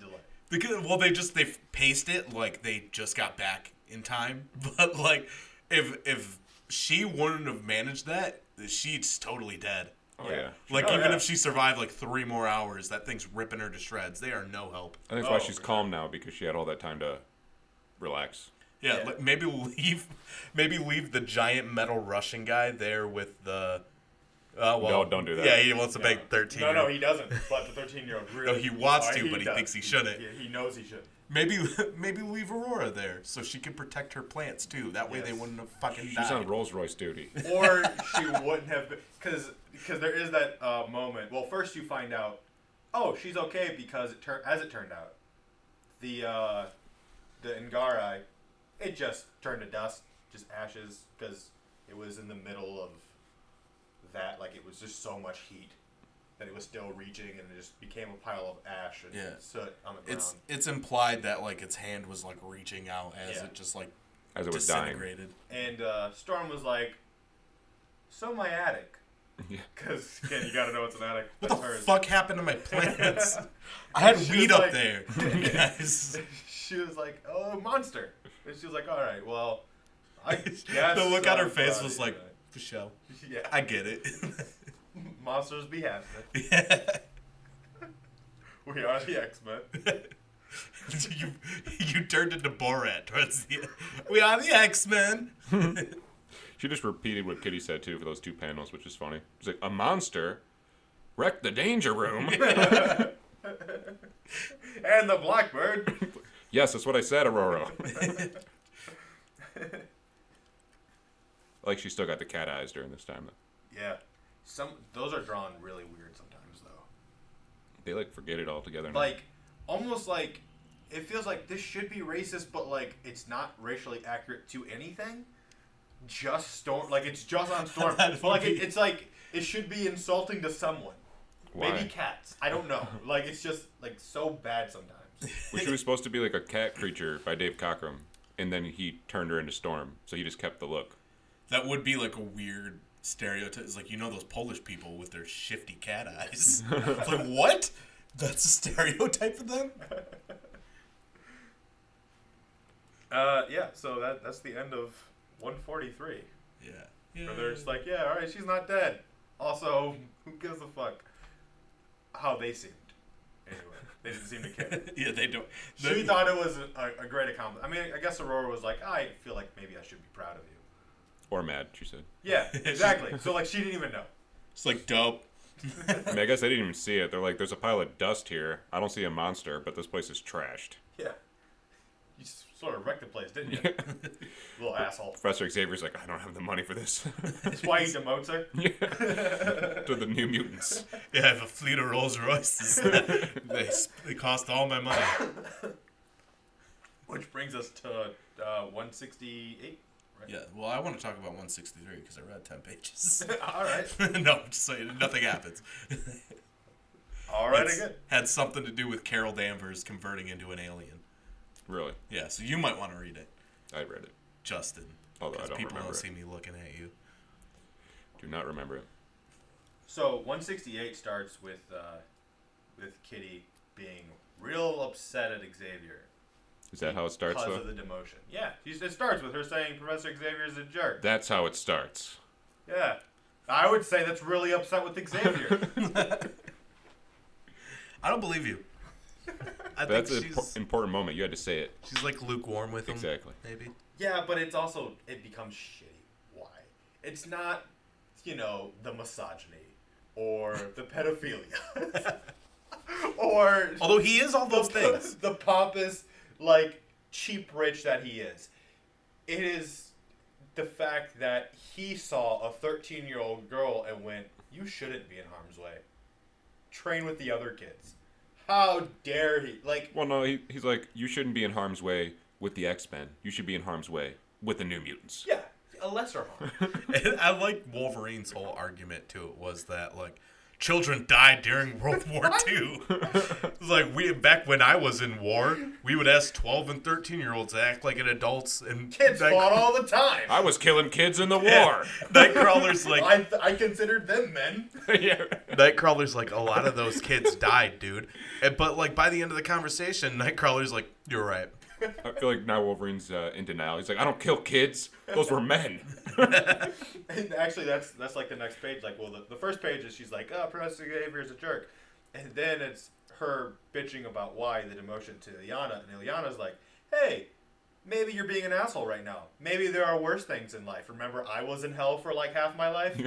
S4: delay.
S3: Because well, they just they paced it like they just got back in time. But like, if if she wouldn't have managed that, she's totally dead.
S2: Oh yeah.
S3: Like
S4: Oh,
S3: even
S4: yeah.
S3: if she survived like three more hours, that thing's ripping her to shreds. They are no help.
S2: I think that's why
S4: Oh,
S2: she's
S4: for
S2: calm now because she had all that time to relax.
S3: Yeah,
S4: Yeah.
S3: Like, maybe leave, maybe leave the giant metal Russian guy there with the
S6: Uh, well,
S2: No, don't do that.
S6: Yeah, he wants to bang 13.
S4: No, no, he doesn't. But the 13 year old really.
S6: he wants
S4: why
S6: to, but he
S4: does.
S6: thinks he shouldn't.
S4: Yeah, he knows he should.
S3: Maybe maybe leave Aurora there so she can protect her plants too. That way they
S4: Yes.
S3: wouldn't have fucking
S2: She's on
S3: died.
S2: Rolls Royce duty.
S4: Or she wouldn't have, because because there is that uh, moment. Well, first you find out, oh, she's okay because it tur- as it turned out, the uh, the Ngarai, it just turned to dust, just ashes, because it was in the middle of that. Like it was just so much heat that it was still reaching, and it just became a pile of ash and
S3: Yeah.
S4: soot on the ground.
S3: It's it's implied that like its hand was like reaching out as
S4: Yeah.
S3: it just like
S2: As it was dying.
S3: disintegrated.
S4: And uh, Storm was like, "So my attic."
S2: Yeah.
S4: Because again, you gotta know it's an attic.
S3: What
S4: That's
S3: the
S4: hers.
S3: fuck happened to my plants? I had
S4: She was
S3: weed
S4: like-
S3: up there, guys.
S4: she was like, "Oh, monster!" And she was like, "All right, well, I guess."
S3: the look on her face
S4: somebody-
S3: was like, for show.
S4: "Yeah,
S3: I get it.
S4: monsters be happening. We are the X Men."
S3: you you turned into Borat towards the. We are the X Men.
S2: She just repeated what Kitty said too for those two panels, which is funny. She's like, a monster wrecked the danger room.
S4: And the Blackbird.
S2: yes, that's what I said, Aurora. like she still got the cat eyes during this time. Though.
S4: yeah, some those are drawn really weird sometimes though.
S2: They like forget it altogether. Now.
S4: Like, almost like it feels like this should be racist, but like it's not racially accurate to anything. Just storm, like it's just on storm.
S3: That
S4: but
S3: would
S4: like
S3: be-
S4: it, it's like it should be insulting to someone.
S2: why?
S4: Maybe cats. I don't know. Like it's just like so bad sometimes.
S2: Which she was supposed to be like a cat creature by Dave Cockrum, and then he turned her into Storm, so he just kept the look.
S3: That would be like a weird stereotype. It's like you know those Polish people with their shifty cat eyes. it's like what? That's a stereotype for them.
S4: Uh, yeah. So that that's the end of 143.
S3: Yeah.
S4: Where they're
S3: Mm.
S4: just like, yeah, all right, she's not dead. Also, who gives a fuck? How they seemed. Anyway, they didn't seem to care.
S3: yeah, they don't.
S4: She
S3: They,
S4: thought it was a, a great accomplishment. I mean, I guess Aurora was like, I feel like maybe I should be proud of you.
S2: Or mad, she said.
S4: Yeah, exactly. so like, she didn't even know.
S3: it's like dope.
S2: I mean, I guess they didn't even see it. They're like, there's a pile of dust here. I don't see a monster, but this place is trashed.
S4: Yeah. You s- sort of wrecked the place, didn't you? Little asshole.
S2: Professor Xavier's like, I don't have the money for this.
S4: That's why he demotes her.
S2: to the New Mutants.
S3: Yeah, I have a fleet of Rolls Royces. they, s- they cost all my money.
S4: Which brings us to uh, 168. Right?
S3: Yeah, well, I want to talk about 163 because I read 10 pages.
S4: All right.
S3: no, I'm just saying, nothing happens.
S4: All right,
S3: It's-
S4: again.
S3: Had something to do with Carol Danvers converting into an alien.
S2: Really?
S3: Yeah, so you might want to read it,
S2: I read it.
S3: Justin.
S2: Although I
S3: 'cause
S2: don't
S3: people
S2: remember
S3: don't
S2: it.
S3: see me looking at you.
S2: Do not remember it.
S4: So 168 starts with uh, with Kitty being real upset at Xavier
S2: Is that how it starts,
S4: because
S2: though?
S4: of the demotion. Yeah, she's, it starts with her saying Professor Xavier's a jerk.
S2: That's how it starts.
S4: yeah, I would say that's really upset with Xavier.
S3: I don't believe you. I think
S2: That's an
S3: she's,
S2: impor- important moment. You had to say it.
S3: she's like lukewarm with him.
S2: Exactly.
S3: Maybe.
S4: yeah, but it's also it becomes shitty. Why? It's not, you know, the misogyny or the pedophilia or
S3: Although he is all those things.
S4: the pompous, like cheap rich that he is. It is the fact that he saw a 13 year old girl and went, "You shouldn't be in harm's way. Train with the other kids." How dare he? Like,
S2: Well, no, he, he's like, you shouldn't be in harm's way with the X Men. You should be in harm's way with the New Mutants.
S4: yeah, a lesser harm.
S3: And I like Wolverine's whole argument too. It was that like children died during World War II. it's like we back when I was in war, we would ask twelve and thirteen year olds to act like an adults and
S4: Kids
S3: Night-
S4: fought all the time.
S2: I was killing kids in the
S3: Yeah.
S2: war.
S3: Nightcrawler's like
S4: I, th- I considered them men.
S2: yeah.
S3: Nightcrawler's like a lot of those kids died, dude. And, but like by the end of the conversation, Nightcrawler's like, You're right.
S2: I feel like now Wolverine's uh, in denial. He's like, I don't kill kids. Those were men.
S4: And actually, that's that's like the next page. Like, well, the, the first page is she's like, "Oh, Professor Xavier's a jerk," and then it's her bitching about why the demotion to Ilyana, and Ilyana's like, "Hey, maybe you're being an asshole right now. Maybe there are worse things in life. Remember, I was in hell for like half my life.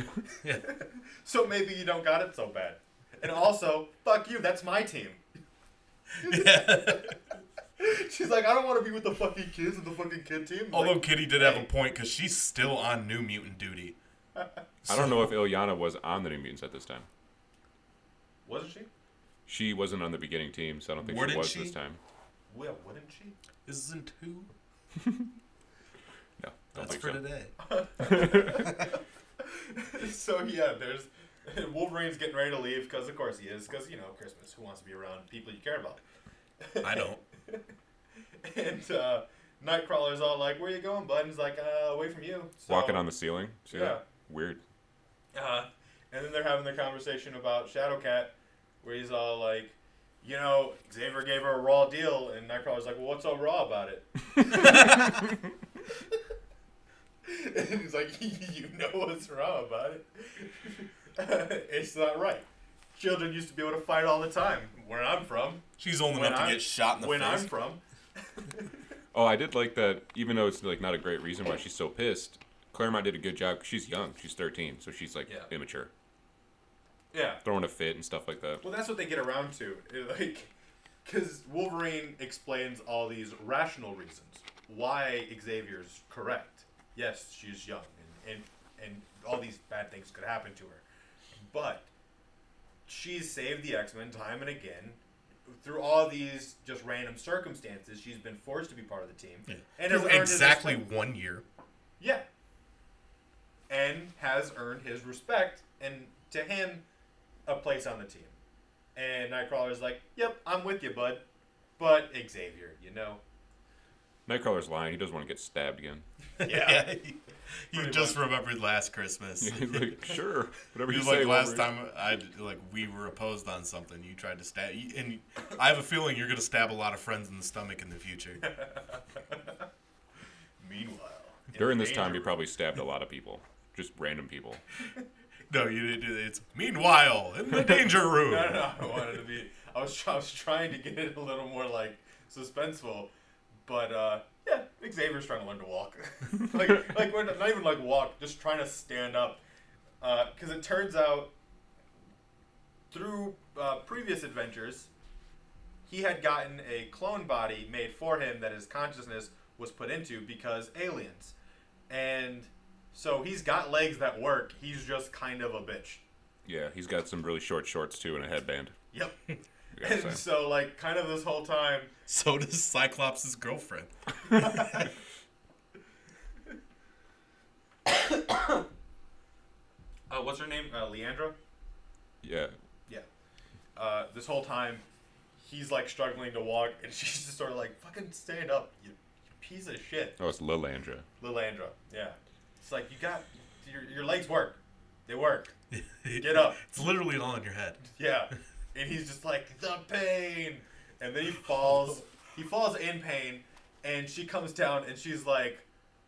S4: so maybe you don't got it so bad. And also, fuck you. That's my team. She's like, I don't want to be with the fucking kids and the fucking kid team. Like,
S3: Although Kitty did have a point because she's still on New Mutant duty.
S2: I don't know if Ilyana was on the New Mutants at this time.
S4: wasn't she?
S2: She wasn't on the beginning team, so I don't think
S3: Wouldn't
S2: she was
S3: she?
S2: this time.
S4: Well, wouldn't she?
S3: Isn't who?
S2: No, don't
S3: That's
S2: think
S3: for
S2: so.
S3: today.
S4: so yeah, there's Wolverine's getting ready to leave because of course he is because you know Christmas. Who wants to be around people you care about?
S3: I don't.
S4: And uh, Nightcrawler's all like, "Where you going, bud?" And he's like, uh, "Away from you." So,
S2: Walking
S3: Oh.
S2: on the ceiling. See
S4: Yeah.
S2: that? Weird.
S4: Uh, and then they're having their conversation about Shadowcat, where he's all like, "You know, Xavier gave her a raw deal," and Nightcrawler's like, "Well, what's so raw about it?" and he's like, "You know what's raw about it? it's not right. Children used to be able to fight all the time. Where I'm from,
S3: She's old
S4: When
S3: enough
S4: I'm-
S3: to get shot in the
S4: when
S3: face.
S4: I'm from,
S2: Oh, I did like that. Even though it's like not a great reason why she's so pissed, Claremont did a good job. 'cause She's young. She's 13, so she's like
S4: Yeah.
S2: immature,
S4: yeah."
S2: throwing a fit and stuff like that.
S4: Well, that's what they get around to, It, like, because Wolverine explains all these rational reasons why Xavier's correct. Yes, she's young, and and, and all these bad things could happen to her, but she's saved the X Men time and again. Through all these just random circumstances, she's been forced to be part of the team, and has
S3: Just
S4: earned his
S3: exactly
S4: respect.
S3: one year.
S4: yeah, and has earned his respect, and to him, a place on the team. And Nightcrawler's like, "Yep, I'm with you, bud." But Xavier, you know,
S2: Nightcrawler's lying. He doesn't want to get stabbed again.
S4: yeah,
S3: he just remembered last Christmas.
S2: He's like, sure, whatever you
S3: Just
S2: say.
S3: like last
S2: Wolverine."
S3: time, I like we were opposed on something. You tried to stab, and I have a feeling you're gonna stab a lot of friends in the stomach in the future.
S4: Meanwhile, in
S2: During
S4: the
S2: this time, he
S4: danger-
S2: probably stabbed a lot of people, just random people.
S3: no, you didn't do that. It's meanwhile in the danger room.
S4: No, no, I wanted to be. I was, I was trying to get it a little more like suspenseful, but uh, yeah, Xavier's trying to learn to walk. like, like we're not even like walk, just trying to stand up. Because it turns out through uh, previous adventures, he had gotten a clone body made for him that his consciousness was put into because aliens, and so he's got legs that work. He's just kind of a bitch.
S2: Yeah, he's got some really short shorts too and a headband.
S4: Yep.
S2: I gotta
S4: And
S2: say.
S4: so, like, kind of this whole time,
S3: So does Cyclops' girlfriend.
S4: uh, what's her name? Uh, Leandra.
S2: Yeah,
S4: Yeah. Uh, this whole time, he's like struggling to walk, and she's just sort of like, "Fucking stand up, you, you piece of shit,
S2: oh, it's Lilandra.
S4: Leandra." Yeah. It's like you got your your legs work. They work. Get up.
S3: It's literally all in your head.
S4: Yeah. And he's just like, the pain. And then he falls. He falls in pain. And she comes down and she's like,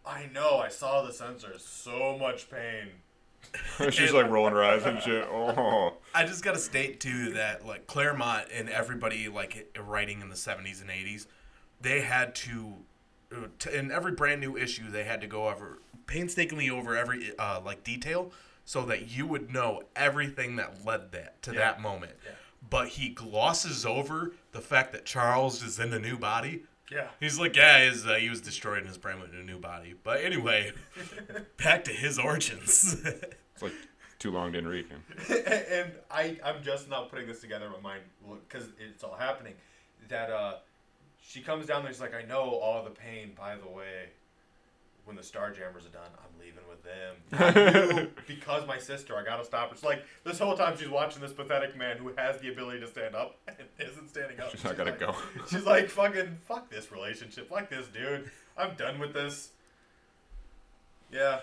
S4: I know, I saw the sensor. So much pain.
S2: she's like rolling her eyes and shit. Oh,
S3: I just gotta state too that like Claremont and everybody like writing in the '70s and '80s, they had to, to in every brand new issue they had to go over painstakingly over every uh, like detail so that you would know everything that led that to that moment. But he glosses over the fact that Charles is in a new body.
S4: Yeah.
S3: He's like, yeah, his, uh, he was destroyed and his brain went into a new body. But anyway, back to his origins.
S2: it's like too long didn't read. man.
S4: and I, I'm just now putting this together in my mind because it's all happening. That uh, she comes down there. She's like, I know all the pain. By the way, when the Starjammers are done, I'm leaving with them. I knew because my sister, I gotta stop her. It's like this whole time she's watching this pathetic man who has the ability to stand up and isn't standing up.
S2: She's like, "I gotta
S4: like,
S2: go."
S4: She's like, fucking, fuck this relationship. Fuck this dude. I'm done with this. Yeah.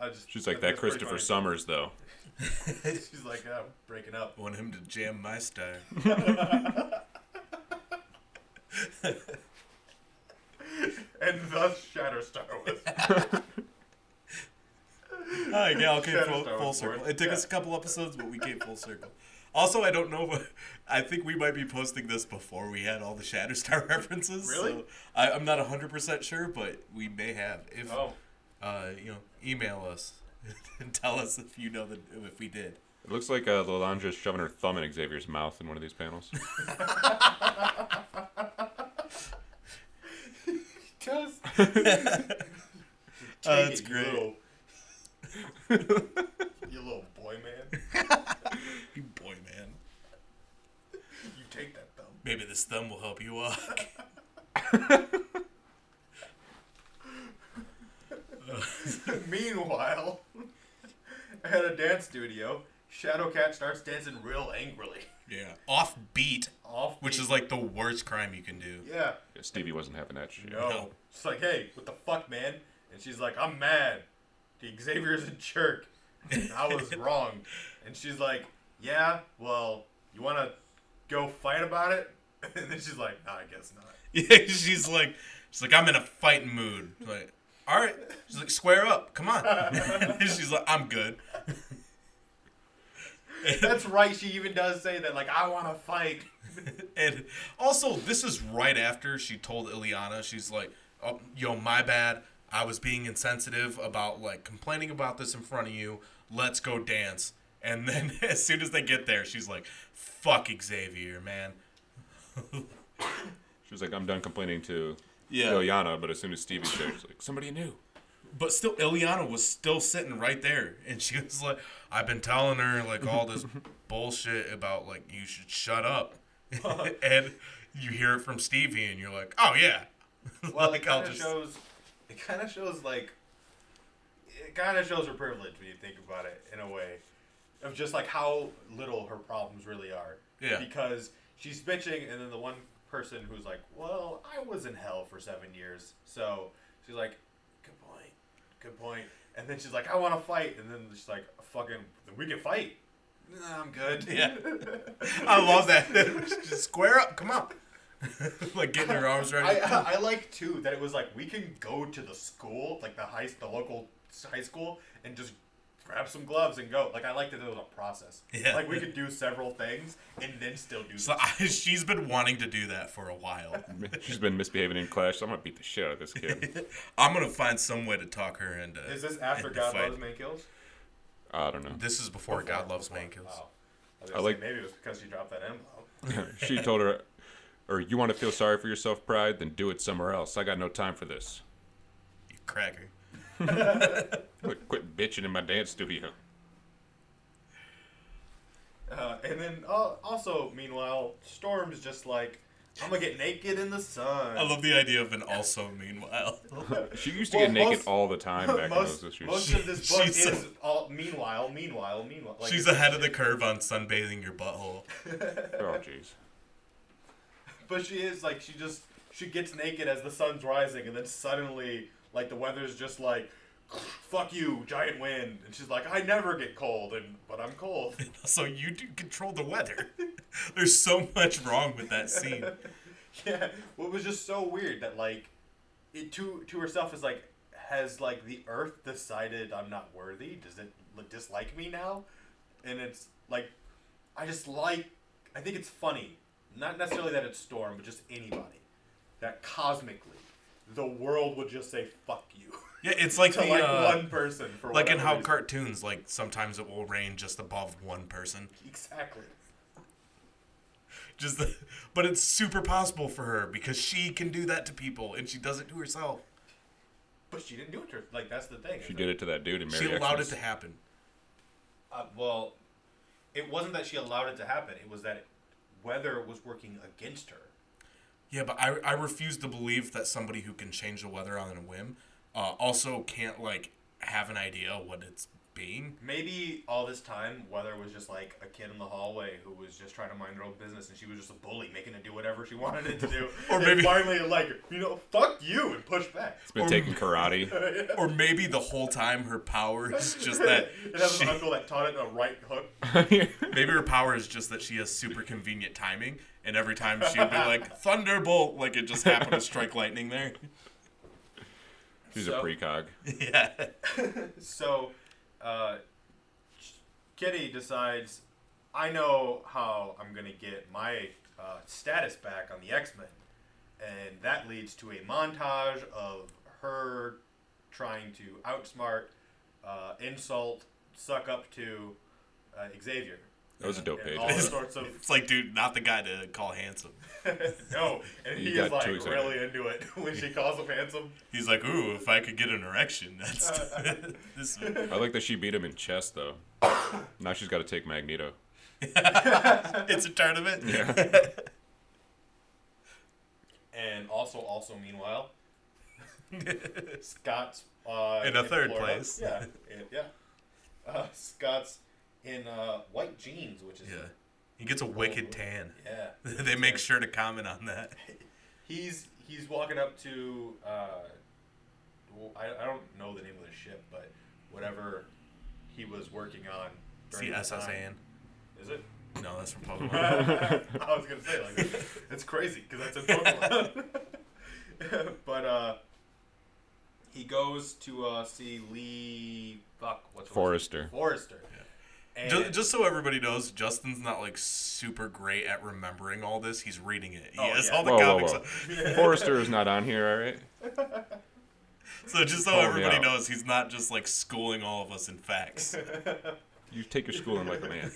S4: I just,
S2: She's
S4: I
S2: like
S4: think
S2: that
S4: it's pretty
S2: Christopher
S4: funny."
S2: Summers though.
S4: She's like, yeah, I'm breaking up.
S3: Want him to jam my style.
S4: And thus Shatterstar was.
S3: Hi, Gal came
S4: Shadow
S3: full,
S4: Star
S3: full
S4: was born.
S3: circle. It took
S4: Yeah.
S3: us a couple episodes, but we came full circle. Also, I don't know. What, I think we might be posting this before we had all the Shatterstar references.
S4: Really?
S3: so I, I'm not 100% sure, but we may have. If
S4: Oh,
S3: uh, you know, email us and tell us if you know that if we did.
S2: It looks like uh, Lalandra's shoving her thumb in Xavier's mouth in one of these panels.
S4: does
S3: Oh,
S4: Take
S3: that's
S4: it,
S3: great.
S4: You little, you little boy man.
S3: You boy, man.
S4: You take that thumb.
S3: Maybe this thumb will help you walk.
S4: Meanwhile, at a dance studio, Shadowcat starts dancing real angrily.
S3: yeah. Off beat,
S4: Off.
S3: which is like the worst crime you can do.
S4: Yeah.
S2: Yeah, Stevie wasn't having that shit.
S4: No.
S3: No.
S4: She's like, hey, what the fuck, man? And she's like, I'm mad. Xavier's a jerk. And I was wrong. And she's like, yeah, well, you want to go fight about it? And then she's like, no, I guess not.
S3: Yeah, she's like, she's like, I'm in a fighting mood. Like, all right. She's like, square up, come on. she's like, I'm good.
S4: That's right. She even does say that, like, I want to fight.
S3: And also, this is right after she told Ileana, she's like, oh, yo, my bad. I was being insensitive about like complaining about this in front of you. Let's go dance. And then as soon as they get there, she's like, fuck Xavier, man.
S2: She was like, I'm done complaining to
S3: Yeah.
S2: Ilyana, but as soon as Stevie showed, she's like, somebody new.
S3: But still, Ileana was still sitting right there. And she was like, I've been telling her like all this bullshit about like, you should shut up.
S4: Uh-huh.
S3: and you hear it from Stevie, and you're like, oh, yeah.
S4: Well,
S3: Like,
S4: it
S3: I'll
S4: kind of
S3: just-
S4: shows. It kind of shows like. It kind of shows her privilege when you think about it in a way, of just like how little her problems really are.
S3: Yeah.
S4: Because she's bitching, and then the one person who's like, "Well, I was in hell for seven years," so she's like, "Good point, good point." And then she's like, "I want to fight," and then she's like, "Fucking, we can fight." Nah, I'm good.
S3: Yeah. I love that. Just square up. Come on. like getting her arms
S4: I,
S3: ready.
S4: I, I like too that it was like we can go to the school, like the high, the local high school, and just grab some gloves and go. Like I like that there was a process.
S3: Yeah.
S4: Like we could do several things and then still do.
S3: so I,
S4: something.
S3: she's been wanting to do that for a while.
S2: She's been misbehaving in class. So I'm going to beat the shit out of this kid.
S3: I'm gonna find some way to talk her into.
S4: Is this after
S3: into
S4: God
S3: fight.
S4: loves man kills?
S2: I don't know.
S3: This is before, God loves man kills.
S4: Wow. I, was
S2: I
S4: gonna
S2: like-
S4: say, maybe it was because you dropped that M bomb.
S2: she told her, or you want to feel sorry for yourself, Pride? Then do it somewhere else. I got no time for this.
S3: You cracker.
S2: Like, quit bitching in my dance studio.
S4: Uh, and then uh, also, meanwhile, Storm's just like, I'm gonna get naked in the sun.
S3: I love the idea of an also meanwhile.
S2: She used to
S4: Well,
S2: get naked
S4: most-
S2: all the time back
S4: most,
S2: in those issues.
S4: most of this book
S3: She's
S4: is
S3: so-
S4: all meanwhile, meanwhile, meanwhile. Like,
S3: She's ahead of the curve on sunbathing your butthole.
S2: oh, jeez.
S4: But she is like she just she gets naked as the sun's rising, and then suddenly like the weather's just like, fuck you, giant wind, and she's like, I never get cold, and but I'm cold.
S3: So you do control the weather. There's so much wrong with that scene.
S4: yeah, what was just so weird that like, it to to herself is like, has like the earth decided I'm not worthy? Does it like, dislike me now? And it's like, I just like, I think it's funny, not necessarily that it's Storm, but just anybody, that cosmically, the world would just say fuck you.
S3: Yeah, it's like
S4: to
S3: the
S4: like
S3: uh,
S4: one person for
S3: like in
S4: whatever
S3: how
S4: reason.
S3: cartoons like sometimes it will rain just above one person
S4: exactly
S3: just the, but it's super possible for her because she can do that to people and she does it to herself
S4: but she didn't do it to her. like that's the thing
S2: She did it to that dude in Mary
S3: she allowed it
S2: Xmas.
S3: to happen
S4: uh, well it wasn't that she allowed it to happen it was that weather was working against her
S3: yeah but i, I refuse to believe that somebody who can change the weather on a whim uh, also can't like have an idea what it's being
S4: maybe all this time weather was just like a kid in the hallway who was just trying to mind her own business and she was just a bully making it do whatever she wanted it to do
S3: Or
S4: And
S3: maybe-
S4: finally like you know fuck you and push back
S2: It's been taking karate.
S3: or maybe the whole time her power is just that
S4: it has an
S3: she-
S4: uncle that taught it a right hook
S3: Maybe her power is just that she has super convenient timing, and every time she'd be like thunderbolt, like it just happened to strike lightning there.
S2: She's
S4: So-
S2: a precog.
S3: Yeah,
S4: So, uh, Kitty decides, I know how I'm going to get my uh, status back on the X Men. And that leads to a montage of her trying to outsmart, uh, insult, suck up to uh, Xavier.
S2: That was a dope
S4: And
S2: page.
S4: all sorts of.
S3: It's like, dude, not the guy to call handsome.
S4: no. And
S2: You
S4: he
S2: got
S4: is like
S2: too excited.
S4: really into it when she calls him handsome.
S3: He's like, ooh, if I could get an erection, that's this.
S2: I like that she beat him in chess though. now she's got to take Magneto.
S3: It's a tournament.
S4: And also, also meanwhile, Scott's uh,
S3: In a third
S4: Florida.
S3: place.
S4: Yeah, in- yeah. Uh, Scott's in uh, white jeans, which is
S3: Yeah. He gets a wicked tan.
S4: Oh, yeah.
S3: they make sure to comment on that.
S4: He's he's walking up to uh, well, I, I don't know the name of the ship, but whatever he was working on.
S3: See
S4: during that
S3: SSAN?
S4: time- Is it?
S3: No, that's from Pokemon.
S4: I was gonna say like it's crazy because that's in Pokemon. but uh, he goes to uh, see Lee. Fuck, what's her last name?
S2: Forrester.
S4: Forrester. And
S3: just, just so everybody knows, Justin's not like super great at remembering all this. He's reading it. He
S4: Oh,
S3: has
S4: yeah.
S3: all the
S2: Whoa, whoa,
S3: comics.
S2: whoa. Forrester is not on here, all right?
S3: So just so
S2: Call me
S3: everybody
S2: out.
S3: knows, he's not just like schooling all of us in facts.
S2: You take your schooling like a man.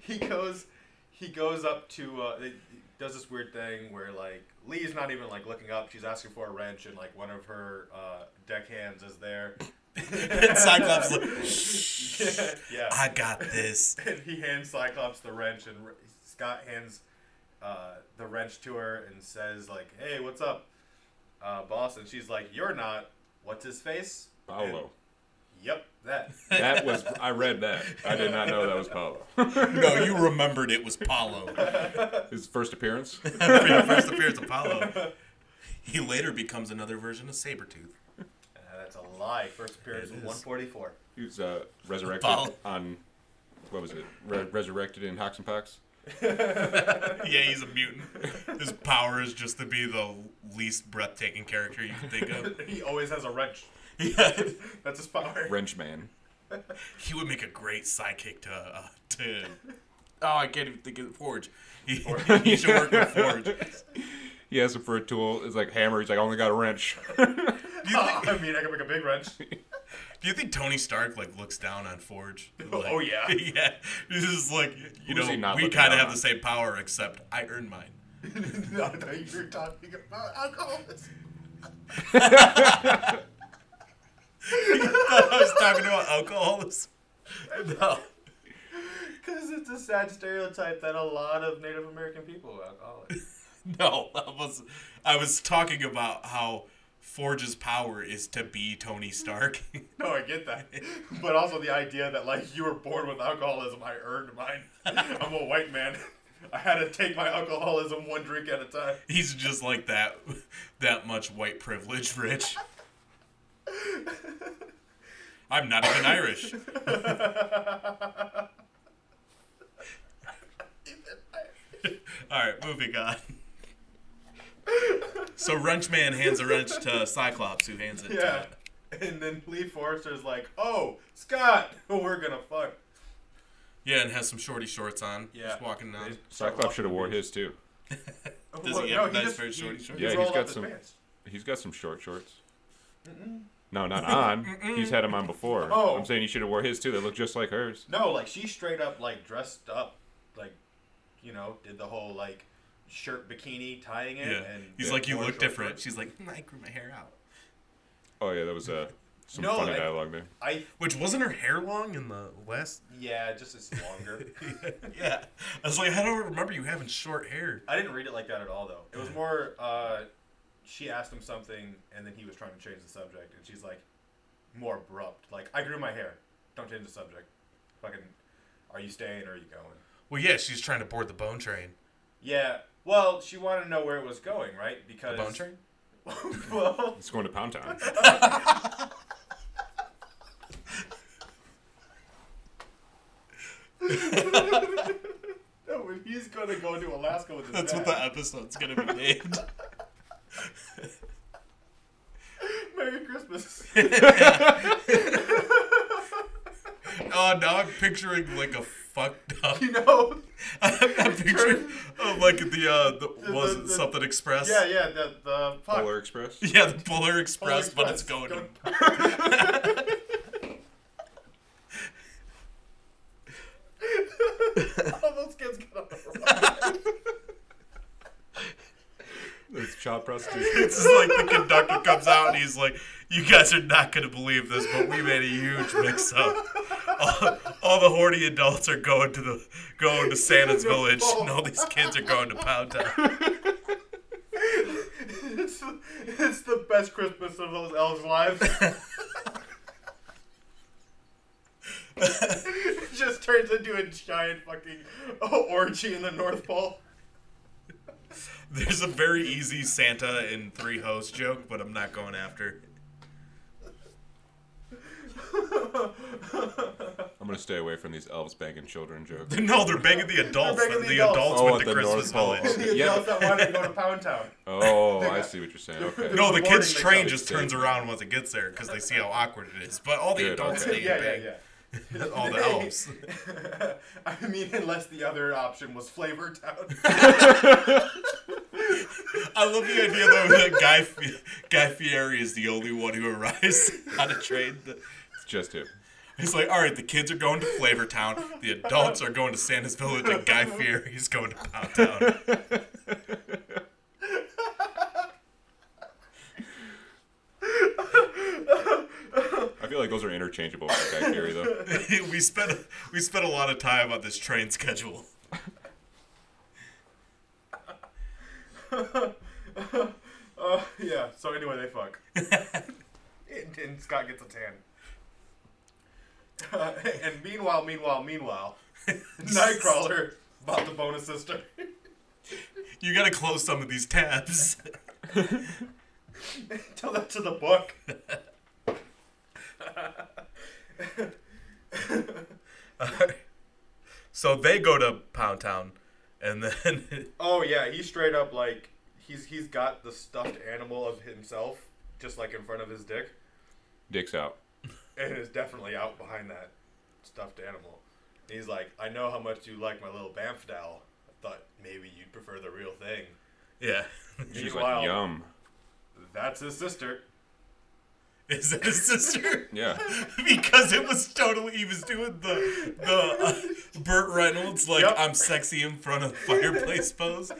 S4: he goes, he goes up to uh, it, it does this weird thing where like Lee's not even like looking up. She's asking for a wrench, and like one of her uh, deckhands is there.
S3: and Cyclops, like,
S4: yeah.
S3: I got this.
S4: and he hands Cyclops the wrench, and R- Scott hands uh, the wrench to her and says, "Like, hey, what's up, uh, boss?" And she's like, "You're not. What's his face?" And-
S2: Paolo.
S4: yep, that.
S2: That was I read that. I did not know that was Paolo.
S3: No, you remembered it was Paulo.
S2: His first appearance.
S3: For your first appearance, Apollo. He later becomes another version of Sabretooth.
S4: Uh, that's a lie. First appearance
S3: It
S4: in
S3: is.
S4: 144.
S2: He was uh, resurrected
S3: Paolo.
S2: on what was it? Re- resurrected in Hawks and Pox.
S3: Yeah, he's a mutant. His power is just to be the least breathtaking character you can think of.
S4: he always has a wrench.
S3: Yeah.
S4: That's his power.
S2: Wrench man.
S3: He would make a great sidekick to uh, to. Oh, I can't even think of Forge. He, he should work with Forge. Do
S2: He asks him for a tool. It's like hammer. He's like, I only got a wrench.
S3: you think,
S4: I mean, I can make a big wrench.
S3: do you think Tony Stark like looks down on Forge? Like,
S4: Oh, yeah.
S3: yeah. This is like you
S2: Who's
S3: know
S2: he not
S3: we
S2: looking
S3: kind
S2: down
S3: of have
S2: on?
S3: the same power except I earn mine.
S4: no, no, you're talking about alcoholism.
S3: I was talking about alcoholism. No.
S4: Because it's a sad stereotype that a lot of Native American people are alcoholics.
S3: No, I was I was talking about how Forge's power is to be Tony Stark.
S4: No, I get that. But also the idea that like you were born with alcoholism, I earned mine. I'm a white man. I had to take my alcoholism one drink at a time.
S3: He's just like that that much white privilege rich. I'm not even Irish. All right, moving on. So Wrench Man hands a wrench to Cyclops, who hands it
S4: Yeah.
S3: to
S4: And then Lee Forrester's like, "Oh, Scott, we're gonna fuck."
S3: yeah, and has some shorty shorts on.
S4: Yeah.
S3: just walking down.
S2: Cyclops should have wore his too.
S3: Does he have a nice pair of shorty shorts?
S2: Yeah, he's
S4: rolled
S2: got
S4: up his
S2: some-
S4: pants.
S2: He's got some short shorts. No, not on. He's had them on before.
S4: Oh.
S2: I'm saying he should have wore his too. They look just like hers.
S4: No, like she straight up like dressed up, like you know, did the whole like shirt bikini tying it.
S3: Yeah.
S4: And
S3: He's
S4: did
S3: like, you
S4: more
S3: look
S4: short
S3: different.
S4: shorts."
S3: She's like, "Mm, I grew my hair out.
S2: Oh yeah, that was uh, some
S4: No,
S2: funny
S4: I-
S2: dialogue there.
S4: I
S3: Which wasn't her hair long in the last?
S4: yeah, just it's longer.
S3: yeah. I was like, I don't remember you having short hair.
S4: I didn't read it like that at all though. It was more uh, she asked him something and then he was trying to change the subject and she's like more abrupt, like I grew my hair. Don't change the subject. Fucking, are you staying or are you going?
S3: Well, yeah, she's trying to board the bone train.
S4: Yeah. Well, she wanted to know where it was going, right? Because
S3: Bone train?
S4: well,
S2: It's going to Pound Town.
S4: no, when he's gonna go to Alaska with his
S3: That's
S4: dad.
S3: what the episode's gonna be named.
S4: Merry Christmas.
S3: oh, now I'm picturing like a fucked up.
S4: You know?
S3: I'm picturing uh, like the uh, the,
S4: The-
S3: was
S4: the-
S3: it
S4: the-
S3: something express?
S4: Yeah, yeah, the, the fuck.
S2: Polar Express.
S3: yeah, the Polar Express, but it's
S4: Express.
S3: going. to
S4: All those kids get on the rock.
S2: It's child prostitution.
S3: It's like the conductor comes out and he's like, "You guys are not gonna believe this, but we made a huge mix-up. All, all the horny adults are going to the going to Santa's village, and all these kids are going to Pound Town."
S4: It's, the- it's the best Christmas of those elves' lives. it just turns into a giant fucking orgy in the North Pole.
S3: There's a very easy Santa and three hosts joke, but I'm not going after.
S2: I'm gonna stay away from these elves banging children jokes.
S3: No, they're banging the adults.
S4: banging
S3: the,
S4: the
S3: adults
S4: adults.
S2: Oh,
S3: with
S2: at
S3: the,
S2: the
S3: Christmas
S2: North Pole.
S3: village.
S4: The
S2: Yeah,
S4: adults that wanted to go to Pound Town.
S2: Oh, I see what you're saying. Okay.
S3: No, the
S4: Morning
S3: kids'
S4: they
S3: train
S4: got
S3: just
S2: it.
S3: turns around once it gets there because they see how awkward it is. But all the
S2: Good,
S3: adults
S2: okay.
S3: hate
S4: yeah, yeah,
S3: bang.
S4: yeah.
S3: All the elves.
S4: I mean, unless the other option was Flavor Town.
S3: I love the idea though that Guy Fi- Guy Fieri is the only one who arrives on a train. that-
S2: It's just him.
S3: He's like, all right, the kids are going to Flavor Town, the adults are going to Santa's Village, and Guy Fieri is going to Pound Town.
S2: I feel like those are interchangeable with Guy Fieri, though.
S3: we spent we spent a lot of time on this train schedule.
S4: Uh, yeah. So anyway, they fuck. and, and Scott gets a tan. Uh, and meanwhile, meanwhile, meanwhile, Nightcrawler bought the bonus sister.
S3: You got to close some of these tabs.
S4: Tell that to the book.
S3: so they go to Pound Town, and then
S4: Oh yeah, he straight up like he's he's got the stuffed animal of himself just like in front of his dick,
S2: Dick's out.
S4: and is definitely out behind that stuffed animal. And he's like, I know how much you like my little Banff doll. I thought maybe you'd prefer the real thing.
S3: yeah,
S2: She's
S4: Meanwhile-
S2: like, yum.
S4: That's his sister.
S3: is that his sister?
S2: Yeah.
S3: because it was totally he was doing the the uh, Burt Reynolds like
S4: Yep.
S3: I'm sexy in front of the fireplace pose,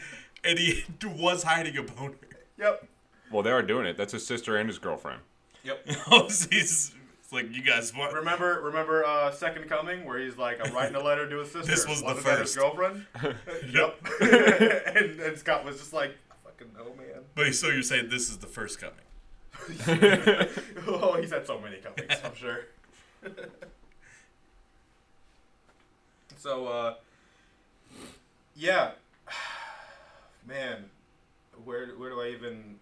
S3: and he was hiding a boner.
S4: Yep.
S2: Well, they are doing it. That's his sister and his girlfriend.
S4: Yep.
S3: Oh, so he's it's like you guys want.
S4: Remember, remember, uh, Second Coming, where he's like, "I'm writing a letter to his sister."
S3: This was the
S4: Wasn't that his
S3: first.
S4: girlfriend. yep. and, and Scott was just like, "Fucking no, man."
S3: But so you're saying this is the first coming?
S4: oh, he's had so many comings, I'm sure. so, uh, yeah, man, where where do I even?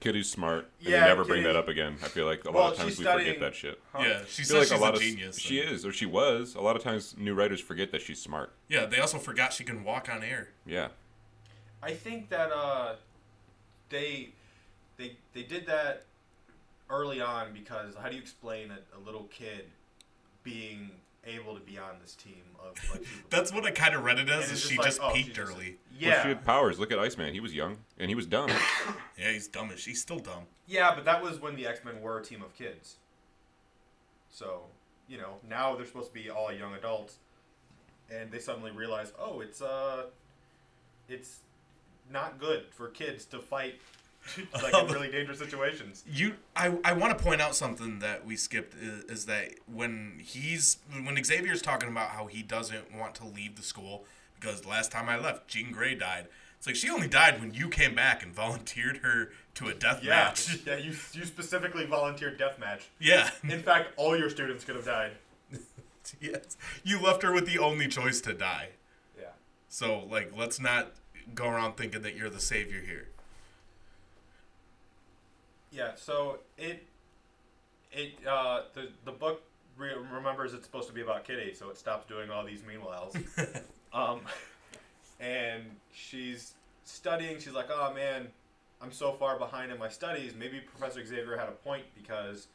S2: Kitty's smart. And
S4: Yeah,
S2: we never bring
S4: Kitty-
S2: that up again. I feel like a
S4: Well,
S2: lot of times
S4: she's
S2: we
S4: studying-
S2: forget that shit.
S3: Yeah, she
S2: I
S3: says
S2: feel like
S3: she's
S2: a lot
S3: a
S2: of
S3: genius.
S2: she
S3: and-
S2: is or she was. A lot of times new writers forget that she's smart.
S3: Yeah, they also forgot she can walk on air.
S2: Yeah.
S4: I think that uh, they they they did that early on because how do you explain a, a little kid being able to be on this team of like people?
S3: That's what I kind of read it
S4: And
S3: as.
S4: it's
S3: Is
S4: just
S3: she
S4: like,
S3: just
S4: oh,
S3: peaked
S4: she's just-
S3: early?
S2: Well, she
S4: yeah,
S2: had powers. Look at Iceman. He was young and he was dumb.
S3: Yeah, he's dumb as she's still dumb.
S4: yeah, but that was when the X Men were a team of kids. So you know now they're supposed to be all young adults, and they suddenly realize oh it's uh it's not good for kids to fight like in really dangerous situations.
S3: You, I, I want to point out something that we skipped is, is that when he's when Xavier's talking about how he doesn't want to leave the school because last time I left, Jean Grey died. It's like she only died when you came back and volunteered her to a death
S4: Yeah,
S3: match.
S4: yeah. You you specifically volunteered deathmatch.
S3: Yeah,
S4: In fact, all your students could have died.
S3: yes, you left her with the only choice to die.
S4: Yeah.
S3: So like, let's not go around thinking that you're the savior here.
S4: Yeah. So it it uh, the the book re- remembers it's supposed to be about Kitty, so it stops doing all these meanwhiles. um, and she's studying. She's like, oh man, I'm so far behind in my studies. Maybe Professor Xavier had a point because.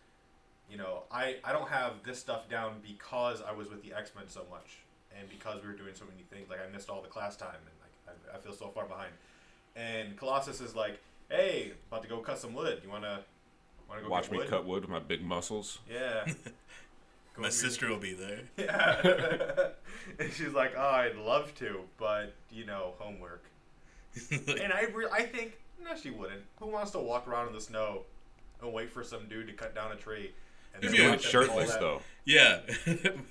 S4: You know, I, I don't have this stuff down because I was with the X Men so much. and because we were doing so many things, like I missed all the class time, and like I, I feel so far behind. And Colossus is like, "Hey, about to go cut some wood. You wanna, wanna go
S2: Watch
S4: get
S2: me
S4: wood?
S2: cut wood with my big muscles.
S4: Yeah. Go
S3: My
S4: get-
S3: sister will be there.
S4: Yeah. and she's like, "Oh, I'd love to, but you know, homework." And I, re- I think no, she wouldn't. Who wants to walk around in the snow and wait for some dude to cut down a tree? And
S3: You'd
S4: then
S3: be
S2: Do
S3: Yeah,
S2: it
S4: watch them pull
S2: shirtless
S4: that-
S2: though.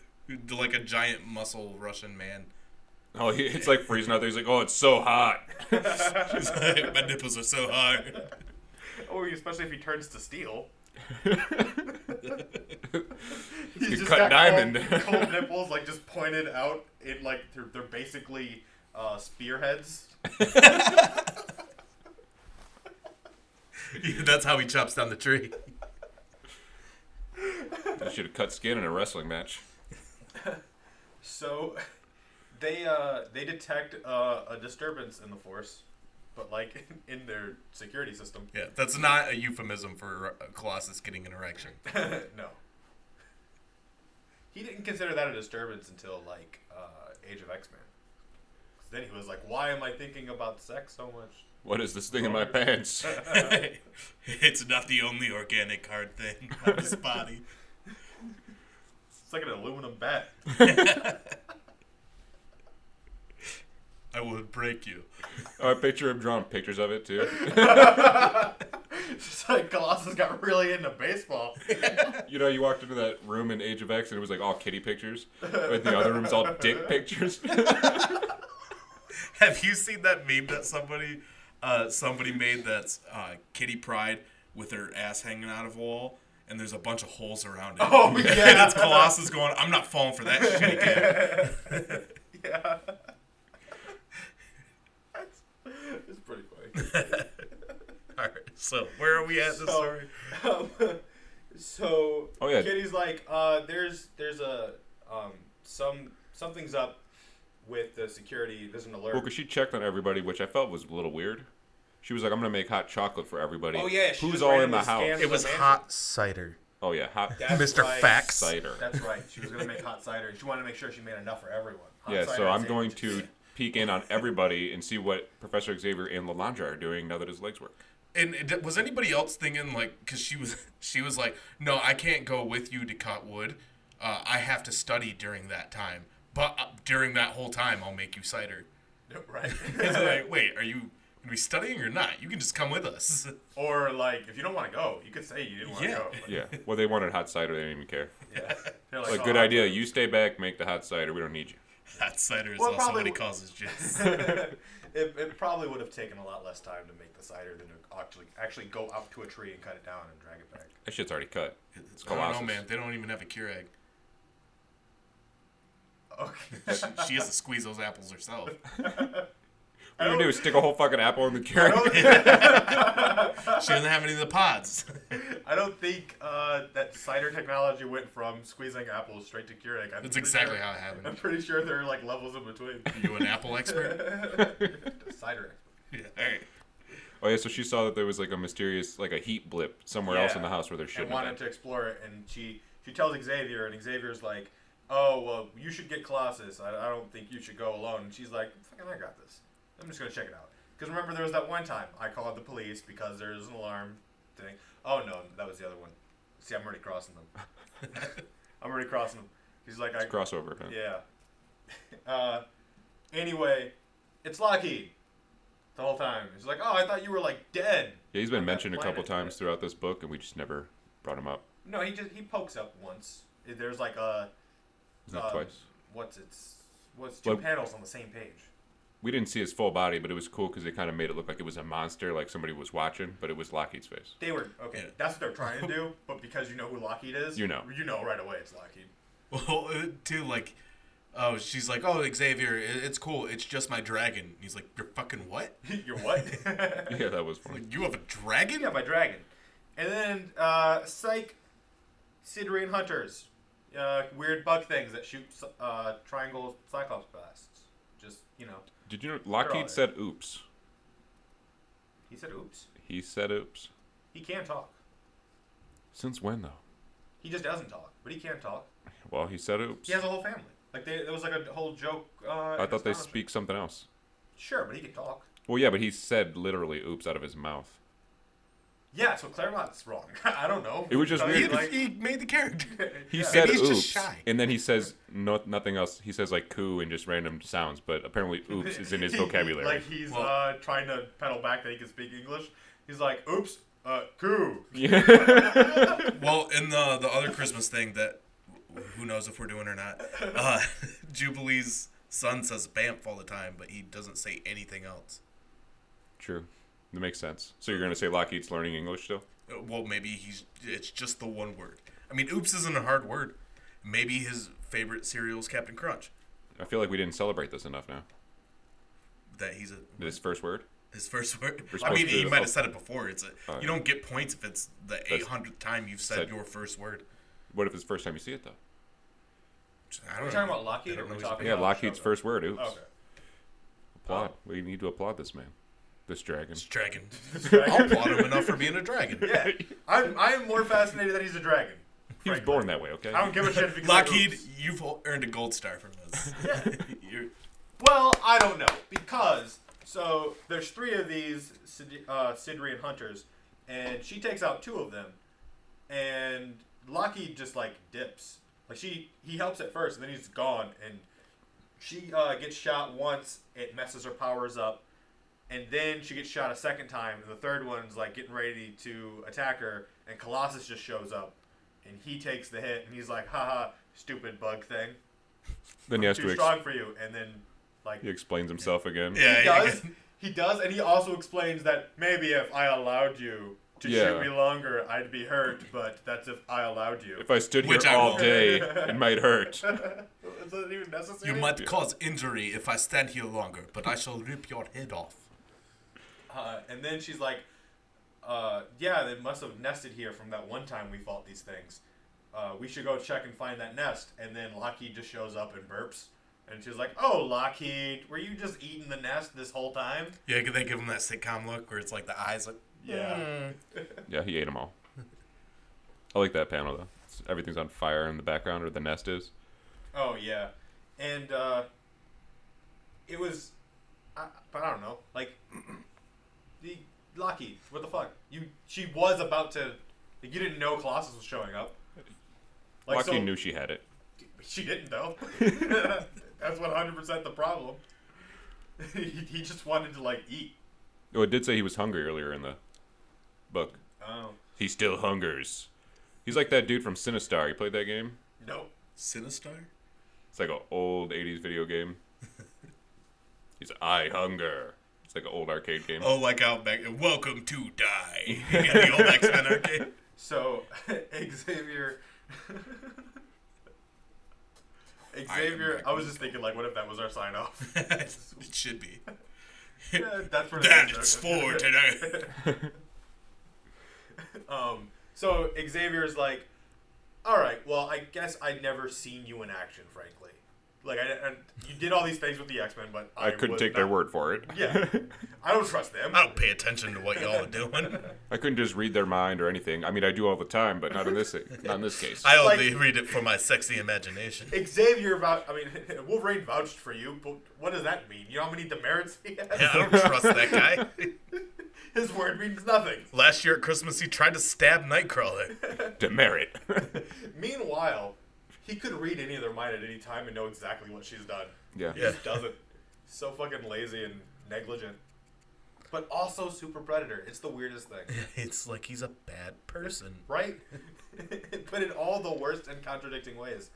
S3: yeah, like a giant muscle Russian man.
S2: Oh, he, it's like freezing out there. He's like, oh, it's so hot.
S3: He's like, My nipples are so hard.
S4: Or especially if he turns to steel.
S2: You
S4: He's just
S2: cut
S4: got
S2: diamond.
S4: Cold, cold nipples, like just pointed out. It like they're, they're basically uh, spearheads.
S3: That's how he chops down the tree.
S2: I should have cut skin in a wrestling match.
S4: So, they uh, they detect uh, a disturbance in the force, but like in their security system.
S3: Yeah, that's not a euphemism for uh, Colossus getting an erection.
S4: no. He didn't consider that a disturbance until like uh, Age of X Men. Then he was like, "Why am I thinking about sex so much?"
S2: What is this thing in my pants?
S3: it's not the only organic hard thing on this body.
S4: It's like an aluminum bat.
S3: I will break you.
S2: Oh, I picture him drawing pictures of it too.
S4: It's like Colossus got really into baseball.
S2: You know, you walked into that room in Age of X and it was like all kitty pictures, but the other room's all dick pictures.
S3: Have you seen that meme that somebody uh, somebody made that's uh, Kitty Pride with her ass hanging out of a wall and there's a bunch of holes around it.
S4: Oh,
S3: and
S4: yeah.
S3: it's Colossus going, I'm not falling for that shit again.
S4: yeah. That's, it's pretty funny.
S3: Alright, so where are we at this
S4: So,
S3: story?
S4: um, so
S2: Oh, yeah.
S4: Kitty's like, uh, there's there's a um, some something's up with the security. There's an alert.
S2: Well, 'cause she checked on everybody, which I felt was a little weird. She was like, "I'm gonna make hot chocolate for everybody."
S4: Oh, yeah, she
S2: who's
S4: just
S2: all
S4: ran
S2: in my
S4: the
S2: house?
S4: scan-
S3: It was hot cider.
S2: Oh yeah, hot
S4: That's
S3: Mr.
S4: right.
S3: Facts.
S2: cider.
S4: That's right. She was gonna make hot cider. She wanted to make sure she made enough for everyone. Hot
S2: yeah,
S4: cider
S2: so I'm
S4: and
S2: going
S4: sandwiches.
S2: to peek in on everybody and see what Professor Xavier and Lalandra are doing now that his legs work.
S3: And it- was anybody else thinking like, because she was she was like, no, I can't go with you to cut wood. Uh, I have to study during that time. But uh, during that whole time, I'll make you cider.
S4: right.
S3: It's like, wait, are you going to be studying or not? You can just come with us.
S4: or like, if you don't want to go, you could say you didn't want to
S3: Yeah.
S4: go.
S2: Yeah, well, they wanted hot cider. They didn't even care.
S4: Yeah. They're
S2: Like,
S4: "Oh,
S2: good
S4: I'm
S2: idea. You stay back, make the hot cider. We don't need you.
S3: That cider is
S4: Well,
S3: how somebody
S4: probably-
S3: causes jizz.
S4: it, it probably would have taken a lot less time to make the cider than to actually actually go up to a tree and cut it down and drag it back.
S2: That shit's already cut. It's
S3: I don't
S2: Colossus.
S3: know, man. They don't even have a Keurig.
S4: Okay.
S3: She has to squeeze those apples herself.
S2: What you gonna do is stick a whole fucking apple in the carrot.
S3: She doesn't have any of the pods.
S4: I don't think uh, that cider technology went from squeezing apples straight to Keurig. I'm
S3: That's
S4: pretty
S3: exactly
S4: sure-
S3: how it happened.
S4: I'm pretty sure there are like levels in between.
S3: You an apple expert?
S4: cider.
S3: Yeah. All right.
S2: Oh yeah, so she saw that there was like a mysterious, like a heat blip somewhere else in the house where there
S4: And
S2: shouldn't. have
S4: wanted
S2: been.
S4: to explore it, and she she tells Xavier, and Xavier's like, "Oh well, you should get Colossus. I, I don't think you should go alone." And she's like, "Fucking, I got this. I'm just gonna check it out." Because remember, there was that one time I called the police because there was an alarm thing. Oh no, that was the other one. See, I'm already crossing them. I'm already crossing them. He's like, I,
S2: Crossover. Huh?
S4: Yeah. Uh, anyway, it's Lockheed. The whole time. He's like, oh, I thought you were like dead.
S2: Yeah, he's been
S4: on that
S2: mentioned a couple
S4: planet."
S2: times throughout this book, and we just never brought him up.
S4: No, he just he pokes up once. There's like a.
S2: Isn't that
S4: uh,
S2: twice?
S4: What's its what's two
S2: Well-
S4: panels on the same page?
S2: We didn't see his full body, but it was cool because it kind of made it look like it was a monster, like somebody was watching, but it was Lockheed's face.
S4: They were okay.
S3: Yeah.
S4: That's what they're trying to do, but because you know who Lockheed is,
S2: You know.
S4: you know right away it's Lockheed.
S3: Well, uh, too, like, oh, she's like, oh, Xavier, i- it's cool. It's just my dragon. And he's like, you're fucking what?
S4: You're what?
S2: Yeah, that was funny.
S3: Like, you have a dragon?
S4: yeah, my dragon. And then uh, Psych, Sidrian hunters, uh, weird bug things that shoot uh, triangle cyclops blasts. Just you know,
S2: Did you know
S4: all
S2: Lockheed
S4: right.
S2: said oops?
S4: he said, "Oops."
S2: He said oops.
S4: He can talk.
S2: Since when though?
S4: He just doesn't talk, but he can talk.
S2: Well, he said oops.
S4: He has a whole family. Like they, it was like a whole joke. Uh,
S2: I
S4: in
S2: thought they
S4: Astonishing.
S2: speak something else.
S4: Sure, but he could talk.
S2: Well, yeah, but he said literally "oops" out of his mouth.
S4: Yeah, so Claremont's wrong. I don't know.
S2: It was just
S4: I mean,
S3: He,
S2: weird.
S4: like-
S3: he made the character.
S2: He
S4: Yeah.
S2: said
S3: Maybe
S2: "oops,"
S3: he's just shy.
S2: and then he says no, nothing else. He says like "coo" and just random sounds, but apparently "oops" is in his vocabulary.
S4: like he's
S6: Well-
S4: uh, trying to pedal back that he can speak English. He's like, "Oops, uh, coo."
S3: well, in the the other Christmas thing that who knows if we're doing or not. Uh, Jubilee's son says "bamf" all the time, but he doesn't say anything else.
S2: True, that makes sense. So you're gonna say Lockheed's learning English still?
S3: Uh, Well, maybe he's it's just the one word. I mean, "oops" isn't a hard word. Maybe his favorite cereal is Captain Crunch.
S2: I feel like we didn't celebrate this enough. Now
S3: That he's a
S2: this first word.
S3: His first word. I
S2: supposed
S3: mean,
S2: to do
S3: you
S2: the
S3: might
S2: whole-
S3: have said it before. It's a,
S2: Oh,
S3: you don't get points if it's the eight hundredth time you've said,
S2: said-
S3: your first word.
S2: What if it's the first time you see it though?
S3: Which I don't
S4: We're
S3: know.
S4: talking about
S3: I
S4: Lockheed.
S3: don't
S4: Or are we
S3: know.
S4: talking
S2: Yeah,
S4: about
S2: Lockheed's
S4: Shogo?
S2: first word. Oops.
S4: Oh, Okay.
S2: Applaud. We need to applaud this man, this dragon.
S3: It's dragon. I'll applaud him enough for being a dragon.
S4: Yeah, I'm, I'm more fascinated that he's a dragon.
S2: He was
S4: frankly.
S2: born that way. Okay.
S4: I don't give a shit if he
S3: Lockheed, you've o- earned a gold star from us. You're-
S4: Well, I don't know because so there's three of these Sid- uh, Sidrian hunters, and she takes out two of them, and Lockheed just like dips. Like she, he helps at first, and then he's gone, and she uh, gets shot once. It messes her powers up, and then she gets shot a second time, and the third one's like getting ready to attack her, and Colossus just shows up, and he takes the hit, and he's like, haha, stupid bug thing,
S2: then he has
S4: too
S2: to. Ex-
S4: strong for you, and then like
S2: he explains himself again.
S3: yeah,
S4: he
S3: yeah,
S4: does. He does, and he also explains that maybe if I allowed you to
S2: Yeah.
S4: shoot me longer, I'd be hurt. But that's if I allowed you.
S2: If I stood here
S3: Which I
S2: all
S3: won't.
S2: day, it might hurt.
S4: Is that even necessary?
S3: You might cause injury if I stand here longer, but I shall rip your head off.
S4: Uh, and then she's like, uh, "Yeah, they must have nested here from that one time we fought these things. Uh, we should go check and find that nest." And then Lockheed just shows up and burps. And she's like, "Oh, Lockheed, were you just eating the nest this whole time?"
S3: Yeah, could they give him that sitcom look where it's like the eyes like. Hmm.
S4: Yeah.
S2: Yeah, he ate them all. I like that panel though. It's- everything's on fire in the background, or the nest is.
S4: Oh yeah, and uh, it was, I, but I don't know. Like the Lockheed, what the fuck? You, she was about to. Like, you didn't know Colossus was showing up. Like,
S2: Lucky
S4: so-
S2: knew she had it.
S4: she didn't though. That's one hundred percent the problem. he, he just wanted to like eat.
S2: Oh, it did say he was hungry earlier in the book.
S4: Oh
S2: He still hungers. He's like that dude from Sinistar. You played that game?
S4: no.
S3: Sinistar?
S2: It's like an old '80s video game. He's I hunger. It's like an old arcade game.
S3: Oh, like out back. Welcome to die. Yeah, the old X Men arcade.
S4: So Xavier. Xavier,
S3: not
S4: I, was just thinking, like, what if that was our sign off?
S3: it should be.
S4: That's what
S3: That
S4: it is.
S3: is for today.
S4: Um, so Xavier's like, all right, well, I guess I'd never seen you in action, frankly. Like, I, I, you did all these things with the X Men, but I,
S2: I couldn't
S4: was
S2: take their
S4: not-
S2: word for it.
S4: Yeah, I don't trust them.
S3: I don't pay attention to what y'all are doing.
S2: I couldn't just read their mind or anything. I mean, I do all the time, but not in this not in this case.
S3: I
S4: Like-
S3: only read it for my sexy imagination.
S4: Xavier, vou- I mean, Wolverine vouched for you, but what does that mean? You know how many demerits he has?
S3: Yeah, I don't trust that guy.
S4: His word means nothing.
S3: Last year at Christmas, he tried to stab Nightcrawler.
S2: Demerit.
S4: Meanwhile, he could read any of their mind at any time and know exactly what she's done.
S2: yeah.
S3: Yeah.
S4: just doesn't. So fucking lazy and negligent. But also super predator. It's the weirdest thing,
S3: It's like he's a bad person.
S4: right? but in all the worst and contradicting ways.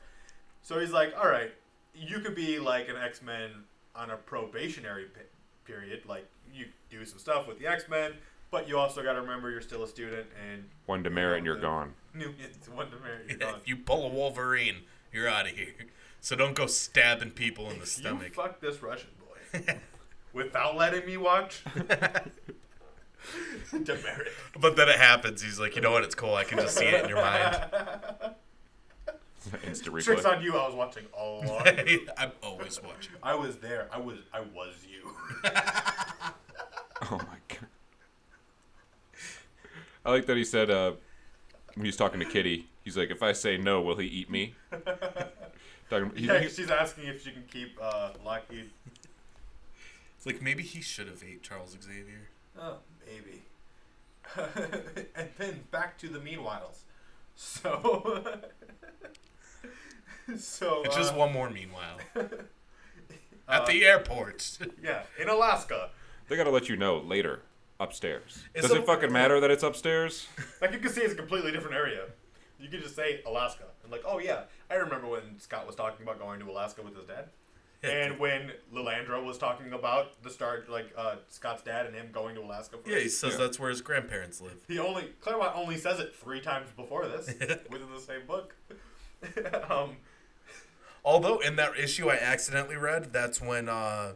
S4: So he's like, all right, you could be like an X Men on a probationary pe- period. Like you do some stuff with the X Men, but you also got to remember you're still a student and
S2: One demerit and you're gone.
S4: new it's one to marry. You're gone.
S3: If you pull a Wolverine, you're out of here. So don't go stabbing people in the
S4: You
S3: stomach.
S4: fucked this Russian boy without letting me watch. Demerit.
S3: But then it happens. He's like, you know what? It's cool. I can just see it in your mind.
S2: Insta
S4: Tricks
S2: replay.
S4: on you. I was watching all along.
S3: I'm always watching.
S4: I was there. I was. I was you.
S2: Oh my god. I like that he said uh, when he's talking to Kitty, he's like, "If I say no, will he eat me?" Talking, he,
S4: Yeah,
S2: he-
S4: she's asking if she can keep uh, Lockheed.
S3: It's like maybe he should have ate Charles Xavier.
S4: Oh, maybe. and then back to the meanwhiles. So. so.
S3: It's just
S4: uh,
S3: one more meanwhile. At the airport.
S4: Yeah, in Alaska.
S2: they gotta let you know later upstairs.
S6: It's
S2: Does
S6: a-
S2: it fucking matter that it's upstairs?
S4: Like you can see, it's a completely different area. You could just say Alaska and like, oh yeah, I remember when Scott was talking about going to Alaska with his dad, and when Lilandra was talking about the start, like uh, Scott's dad and him going to Alaska. For
S3: Yeah, he says
S2: Yeah.
S3: that's where his grandparents live.
S4: He only Claremont only says it three times before this within the same book. um,
S3: Although in that issue I accidentally read, that's when uh,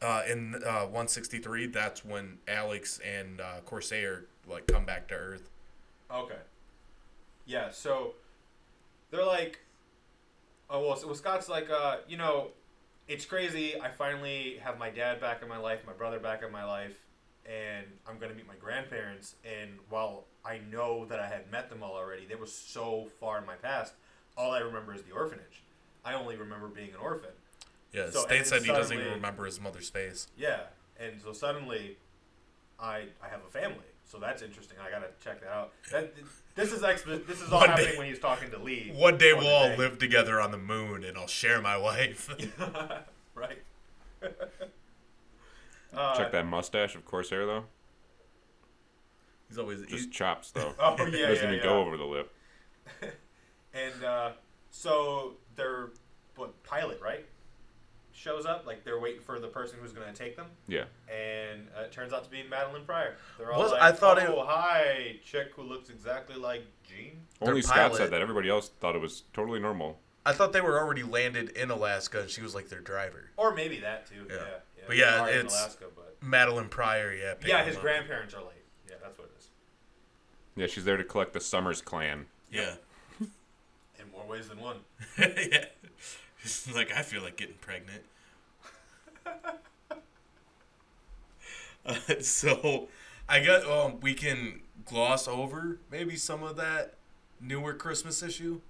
S3: uh, in uh, 163, that's when Alex and uh, Corsair like come back to Earth.
S4: okay. Yeah, so they're like, oh well, so well, Scott's like, uh, you know, it's crazy. I finally have my dad back in my life, my brother back in my life, and I'm gonna meet my grandparents. And while I know that I had met them all already, they were so far in my past. All I remember is the orphanage. I only remember being an orphan.
S3: Yeah,
S4: So,
S3: State
S4: and
S3: said he doesn't
S4: suddenly-
S3: even remember his mother's face.
S4: Yeah, and so suddenly, I I have a family, so that's interesting. I gotta check that out. That, this is expo- this is all
S3: One
S4: happening
S3: day-
S4: when he's talking to Lee.
S3: One day
S4: on the
S3: we'll all
S4: day.
S3: live together on the moon, and I'll share my wife.
S4: right?
S2: Check that mustache of Corsair though.
S3: He's always
S2: Just chops though.
S4: Oh yeah, yeah,
S2: Doesn't
S4: yeah.
S2: even go over the lip.
S4: And uh, so their what pilot right shows up like they're waiting for the person who's gonna take them,
S2: Yeah.
S4: and uh, it turns out to be Madeline Pryor. They're all
S3: Was-
S4: like,
S3: I thought it-
S4: oh hi, chick who looks exactly like Jean.
S2: Only
S3: Their
S2: Scott
S3: pilot-
S2: said that. Everybody else thought it was totally normal.
S3: I thought they were already landed in Alaska, and she was like their driver.
S4: Or maybe that too. Yeah.
S3: Yeah.
S4: yeah,
S3: But yeah,
S4: Already in
S3: it's-
S4: Alaska, but
S3: Madeline Pryor, yeah. picked
S4: yeah,
S3: him
S4: his
S3: up.
S4: grandparents are late. Yeah, that's what it is.
S2: Yeah, she's there to collect the Summers clan.
S3: Yeah.
S4: In more ways than one.
S3: yeah. like I feel like getting pregnant. uh, so, I guess um, we can gloss over maybe some of that newer Christmas issue.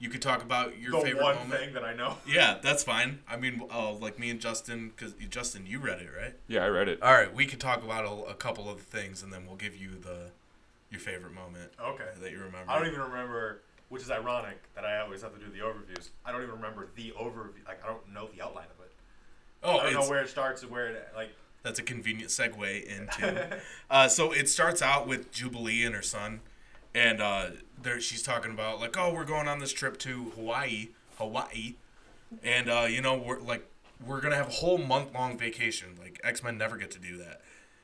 S3: You could talk about your
S4: The
S3: favorite
S4: one
S3: moment.
S4: thing that I know.
S3: Yeah, that's fine. I mean, uh, like me and Justin, because Justin, you read it, right?
S2: Yeah, I read it.
S4: Oh,
S3: All right, we could talk about a, a couple of things, and then we'll give you the your favorite moment
S4: Okay.
S3: that you remember.
S4: Oh. I don't even remember, which is ironic that I always have to do the overviews. I don't even remember the overview. Like I don't know the outline of it.
S3: Oh,
S4: I don't
S3: it's-
S4: know where it starts and where it like.
S3: That's a convenient segue into. uh, so it starts out with Jubilee and her son, and uh, there she's talking about like, oh, we're going on this trip to Hawaii, Hawaii, and uh, you know we're like we're gonna have a whole month long vacation. Like X Men never get to do that.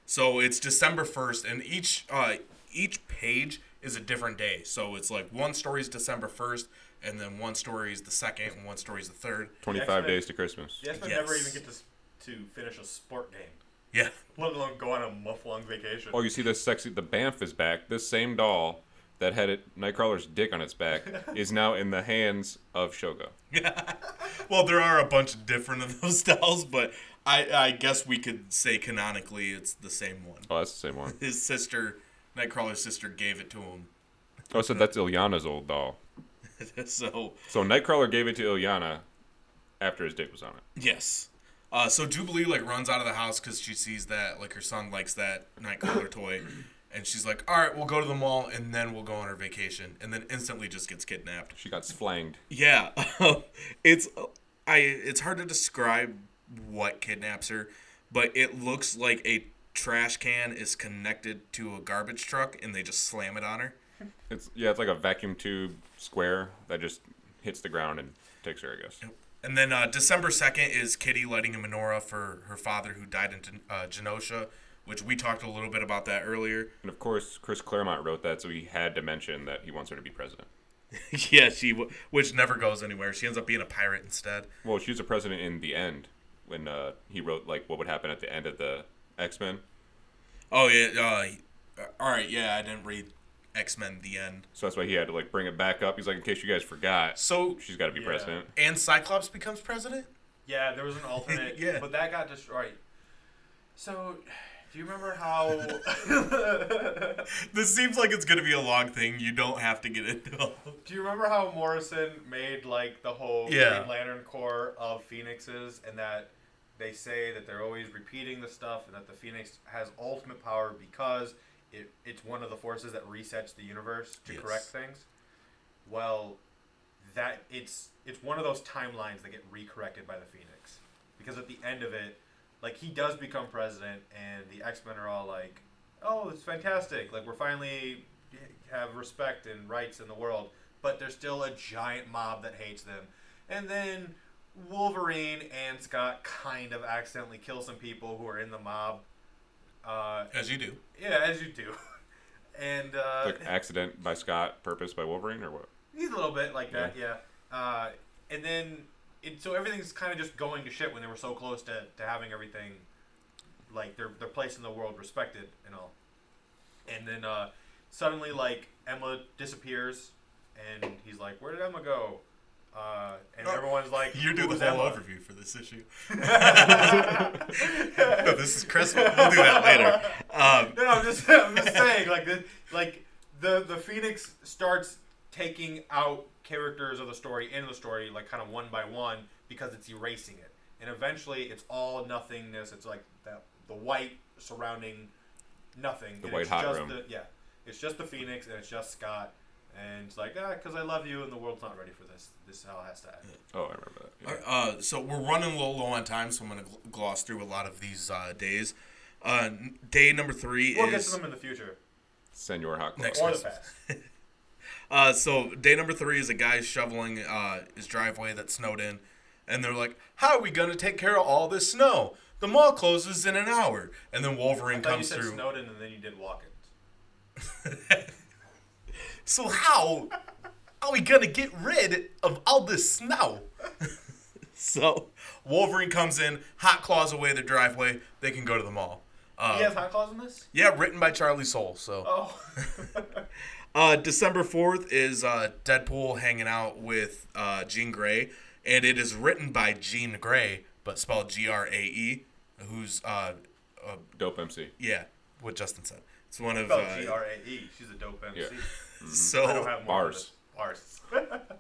S3: So it's December first, and each uh, each page is a different day. So it's like one story is December first, and then one story is the second, and one story is the third.
S2: Twenty-five
S4: X-Men-
S2: days to Christmas.
S4: The X-Men
S3: Yes.
S4: never even get to s- to finish a sport game,
S3: Yeah,
S4: let alone go on a month long vacation.
S2: Oh, you see this sexy? The Banff is back. This same doll that had it, Nightcrawler's dick on its back is now in the hands of Shogo.
S3: Well, there are a bunch of different of those dolls, but I, I guess we could say canonically it's the same one.
S2: Oh, that's the same one.
S3: His sister, Nightcrawler's sister, gave it to him.
S2: Oh, so that's Ilyana's old doll.
S3: so,
S2: So Nightcrawler gave it to Ilyana after his dick was on it.
S3: yes. Uh, so Jubilee like runs out of the house because she sees that like her son likes that Nightcrawler toy, and she's like, "All right, we'll go to the mall and then we'll go on our vacation," and then instantly just gets kidnapped.
S2: She got slanged.
S3: Yeah, it's I. It's hard to describe what kidnaps her, but it looks like a trash can is connected to a garbage truck, and they just slam it on her.
S2: It's yeah, it's like a vacuum tube square that just hits the ground and takes her. I guess.
S3: And then uh, December second is Kitty lighting a menorah for her father who died in Gen- uh, Genosha, which we talked a little bit about that earlier.
S2: And of course, Chris Claremont wrote that, so he had to mention that he wants her to be president.
S3: yeah, she w- which never goes anywhere. She ends up being a pirate instead.
S2: Well, she was a president in the end when uh, he wrote like what would happen at the end of the X Men.
S3: Oh yeah. Uh, all right. Yeah, I didn't read X Men: The End.
S2: So that's why he had to like bring it back up. He's like, in case you guys forgot,
S3: So
S2: she's got to be
S4: Yeah.
S2: president.
S3: and Cyclops becomes president.
S4: Yeah, there was an alternate.
S3: Yeah.
S4: But that got destroyed. So Do you remember how?
S3: This seems like it's gonna be a long thing. You don't have to get into. all of it.
S4: Do you remember how Morrison made like the whole
S3: Yeah.
S4: Green Lantern Corps of Phoenixes, and that they say that they're always repeating the stuff, and that the Phoenix has ultimate power because it, it's one of the forces that resets the universe to
S3: Yes.
S4: correct things. Well, that it's it's one of those timelines that get recorrected by the Phoenix, because at the end of it, like he does become president, and the X Men are all like, "Oh, it's fantastic! Like we're finally eh, have respect and rights in the world." But there's still a giant mob that hates them, and then Wolverine and Scott kind of accidentally kill some people who are in the mob. Uh,
S3: As you do.
S4: yeah, as you do, and uh,
S2: Like accident by Scott, purpose by Wolverine, or what?
S4: He's a little bit like that, yeah. Uh, and then, it, so everything's kind of just going to shit when they were so close to, to having everything, like their their place in the world respected and all. And then uh, suddenly, like Emma disappears, and he's like, "Where did Emma go?" Uh, and
S3: Oh,
S4: everyone's like,
S3: You do
S4: "Who was
S3: the whole
S4: Emma?"
S3: overview for this issue. no, this is Chris. We'll do that later. Um,
S4: No, no, I'm just, I'm just saying, like, the, like the the Phoenix starts taking out characters of the story in the story, like kind of one by one, because it's erasing it, and eventually it's all nothingness. It's like that the white surrounding nothing. and
S2: white
S4: it's
S2: hot
S4: just
S2: room.
S4: The, yeah, it's just the Phoenix, and it's just Scott, and it's like ah, because I love you, and the world's not ready for this. This is how it has to end.
S2: Oh, I remember that. Yeah.
S3: Uh, so we're running a little low on time, so I'm going to gl- gloss through a lot of these uh, days. Uh, n- day number three
S4: We'll get
S3: is
S4: to them in the future
S2: Senor Hot Claw.
S3: Next
S4: or the
S3: Christmas.
S4: past.
S3: uh, so day number three is a guy shoveling uh, his driveway that snowed in, and they're like, "How are we going to take care of all this snow? The mall closes in an hour." And then Wolverine
S4: I thought you
S3: comes
S4: said
S3: through.
S4: Snowden, and then you did Walken.
S3: So how are we gonna get rid of all this snow? so Wolverine comes in, hot claws away the driveway. They can go to the mall. Uh,
S4: He has hot claws in this.
S3: Yeah, written by Charlie Soule. So
S4: Oh.
S3: uh, December fourth is uh, Deadpool hanging out with uh, Jean Grey, and it is written by Jean Grey, but spelled G R A E, who's uh, uh,
S2: Dope MC.
S3: yeah, what Justin said. It's one of
S4: spelled G
S3: uh,
S4: R A E. She's a dope MC.
S2: Yeah. Oh,
S3: so
S4: I don't have more
S2: Bars.
S4: of this. Bars.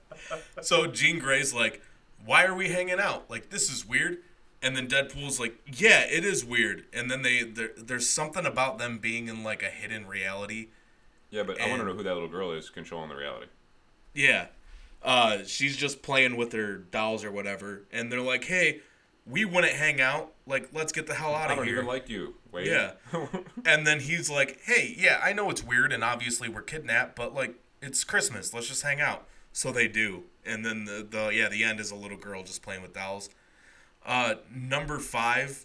S3: So Jean Grey's like, "Why are we hanging out? Like this is weird." And then Deadpool's like, "Yeah, it is weird." And then they there, there's something about them being in like a hidden reality.
S2: Yeah, but I want to
S3: And-
S2: know who that little girl is controlling the reality.
S3: Yeah. Uh, she's just playing with her dolls or whatever, and they're like, "Hey, we wouldn't hang out. Like, let's get the hell out
S2: I
S3: of
S2: don't
S3: here."
S2: even like you. Wait.
S3: Yeah. and then he's like, "Hey, yeah, I know it's weird, and obviously we're kidnapped, but like, it's Christmas. Let's just hang out." So they do, and then the, the yeah the end is a little girl just playing with dolls. Uh, number five,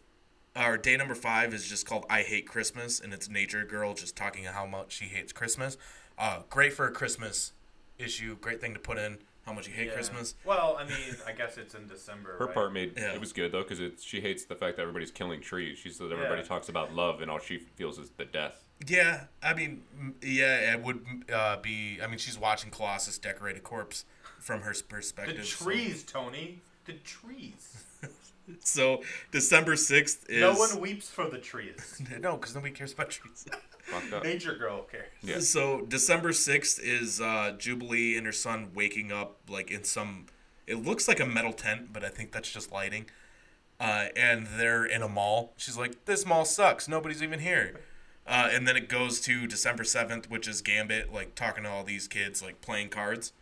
S3: or day number five is just called "I Hate Christmas," and it's Nature Girl just talking how much she hates Christmas. Uh, great for a Christmas issue. Great thing to put in how much you hate
S4: Yeah.
S3: Christmas.
S4: Well, I mean, I guess it's in December.
S2: Her
S4: right?
S2: part made
S3: Yeah.
S2: it was good though because she hates the fact that everybody's killing trees. She said everybody
S4: Yeah.
S2: talks about love and all she feels is the death.
S3: Yeah, I mean, m- yeah, it would uh, be. I mean, she's watching Colossus decorate a corpse from her s-
S4: The
S3: perspective. so-
S4: trees, Tony. The trees.
S3: So December sixth is
S4: No one weeps for the trees.
S3: no, because nobody cares about trees.
S2: Fucked up.
S4: Nature Girl cares.
S2: Yeah.
S3: So December sixth is uh, Jubilee and her son waking up like in some. It looks like a metal tent, but I think that's just lighting. Uh, and they're in a mall. She's like, "This mall sucks. Nobody's even here." Uh, and then it goes to December seventh, which is Gambit like talking to all these kids like playing cards.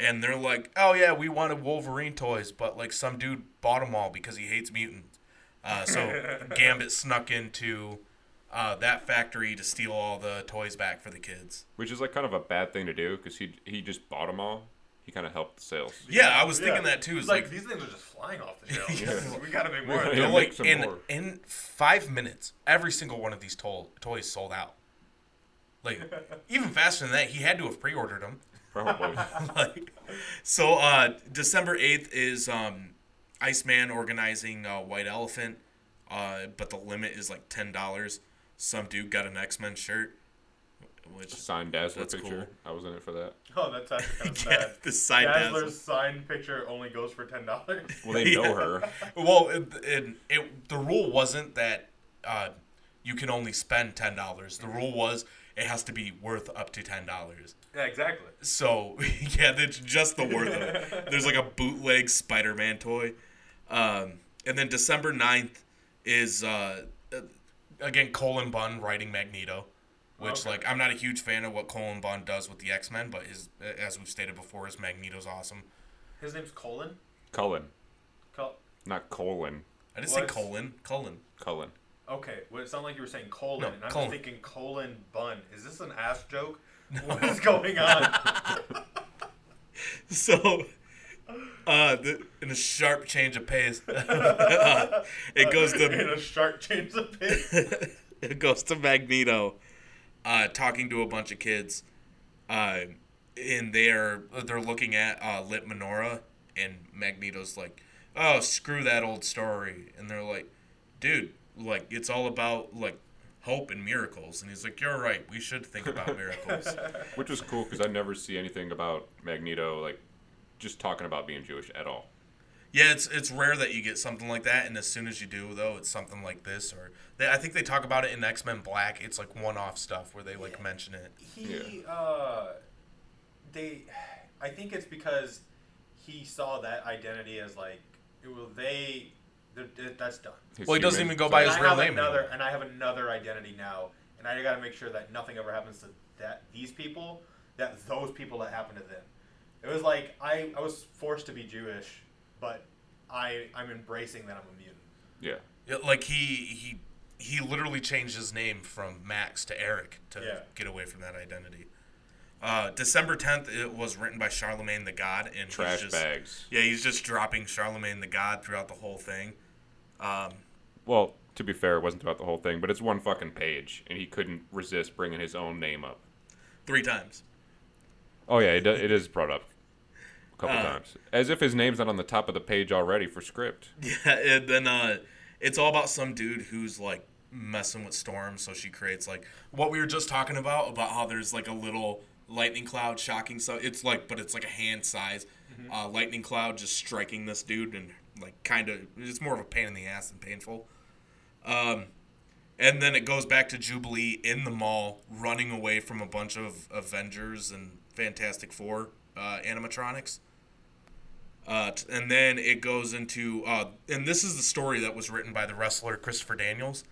S3: and they're like, "Oh yeah, we wanted Wolverine toys, but like some dude bought them all because he hates mutants." Uh, so Gambit snuck into uh, that factory to steal all the toys back for the kids.
S2: Which is like kind of a bad thing to do because he he just bought them all. He kind of helped the sales.
S3: Yeah, I was thinking that too.
S4: It's
S3: Is
S4: like,
S3: like,
S4: these things are just flying off the shelves. We gotta make more.
S2: Yeah,
S3: they're
S2: make
S3: like
S2: some
S3: in
S2: more.
S3: in five minutes, every single one of these to- toys sold out. Like even faster than that, he had to have pre-ordered them.
S2: Probably.
S3: like, so uh, December 8th is um, Iceman organizing uh, White Elephant, uh, but the limit is like $10. Some dude got an X Men shirt, which
S2: Signed Dazzler
S3: That's
S2: picture.
S3: cool.
S2: I was in it for that.
S4: Oh, that's actually kind of
S3: yeah,
S4: sad.
S3: the side dazzler.
S4: Dazzler's signed picture only goes for ten dollars.
S2: Well, they know
S3: Yeah.
S2: her.
S3: Well, it, it, it, the rule wasn't that uh, you can only spend ten dollars. The rule was it has to be worth up to ten dollars.
S4: Yeah, exactly.
S3: So yeah, that's just the worth of it. There's like a bootleg Spider-Man toy, um, and then December 9th is uh, uh, again Colin Bunn writing Magneto, which
S4: Okay.
S3: like I'm not a huge fan of what Colin Bunn does with the X-Men, but his as we've stated before, his Magneto's awesome.
S4: His name's Colin.
S2: Cullen,
S4: Col-
S2: not Colin.
S3: I just say
S4: What?
S3: Colin, Colin.
S2: Cullen.
S4: okay, well, it sounded like you were saying colon,
S3: No,
S4: and I'm
S3: colon.
S4: just thinking colon bun. Is this an ass joke? What is going on?
S3: So, uh, the, in a sharp change of pace, uh, it goes
S4: In
S3: to
S4: a shark change of pace.
S3: it goes to Magneto, uh, talking to a bunch of kids, uh, and they're they're looking at uh, lit menorah, and Magneto's like, "Oh, screw that old story," and they're like, "Dude, like it's all about like." Hope and miracles, and he's like, "You're right. We should think about miracles."
S2: Which was cool because I never see anything about Magneto like just talking about being Jewish at all.
S3: Yeah, it's it's rare that you get something like that, and as soon as you do, though, it's something like this, or they, I think they talk about it in X Men Black. It's like one-off stuff where they like mention it.
S4: He, uh, they, I think it's because he saw that identity as like, well, they, they're- they're- that's done.
S2: He's
S3: Well, he doesn't
S2: human,
S3: even go
S2: so-
S3: by
S4: And
S3: his
S4: I
S3: real
S4: have
S3: name
S4: Another,
S3: anymore.
S4: and I have another identity now, and I got to make sure that nothing ever happens to that these people, that those people that happen to them. It was like I, I was forced to be Jewish, but I I'm embracing that I'm a mutant.
S2: Yeah.
S3: Yeah, Like he he he literally changed his name from Max to Eric to
S4: Yeah.
S3: get away from that identity. Uh, December tenth, it was written by Charlemagne the God, and
S2: Trash
S3: he's just,
S2: bags.
S3: Yeah, he's just dropping Charlemagne the God throughout the whole thing. Um,
S2: Well, to be fair, it wasn't throughout the whole thing, but it's one fucking page, and he couldn't resist bringing his own name up.
S3: three times.
S2: Oh yeah, it, do- it is brought up a couple
S3: Uh.
S2: times, as if his name's not on the top of the page already for script.
S3: Yeah, and then uh, it's all about some dude who's like messing with Storm, so she creates like what we were just talking about about how there's like a little lightning cloud shocking. So it's like, but it's like a hand size uh, lightning cloud just striking this dude, and like kind of it's more of a pain in the ass than painful. Um, and then it goes back to Jubilee in the mall, running away from a bunch of Avengers and Fantastic Four uh, animatronics. Uh, t- and then it goes into, uh, and this is the story that was written by the wrestler Christopher Daniels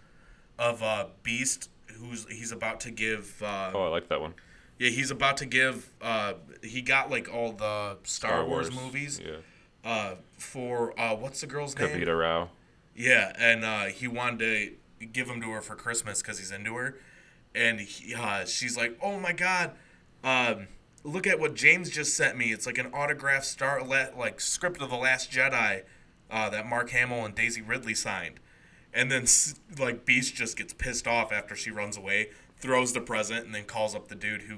S3: of uh, Beast, who's he's about to give. Uh,
S2: Oh, I like that one.
S3: Yeah, he's about to give. Uh, he got like all the Star, Wars, movies
S2: Yeah.
S3: uh, for uh, what's the girl's name?
S2: Kavita Rao.
S3: Yeah, and uh, he wanted to give them to her for Christmas because he's into her, and he, uh, she's like, "Oh my god, um, look at what James just sent me. It's like an autographed star la- like script of the Last Jedi uh, that Mark Hamill and Daisy Ridley signed." And then s- like Beast just gets pissed off after she runs away, throws the present, and then calls up the dude who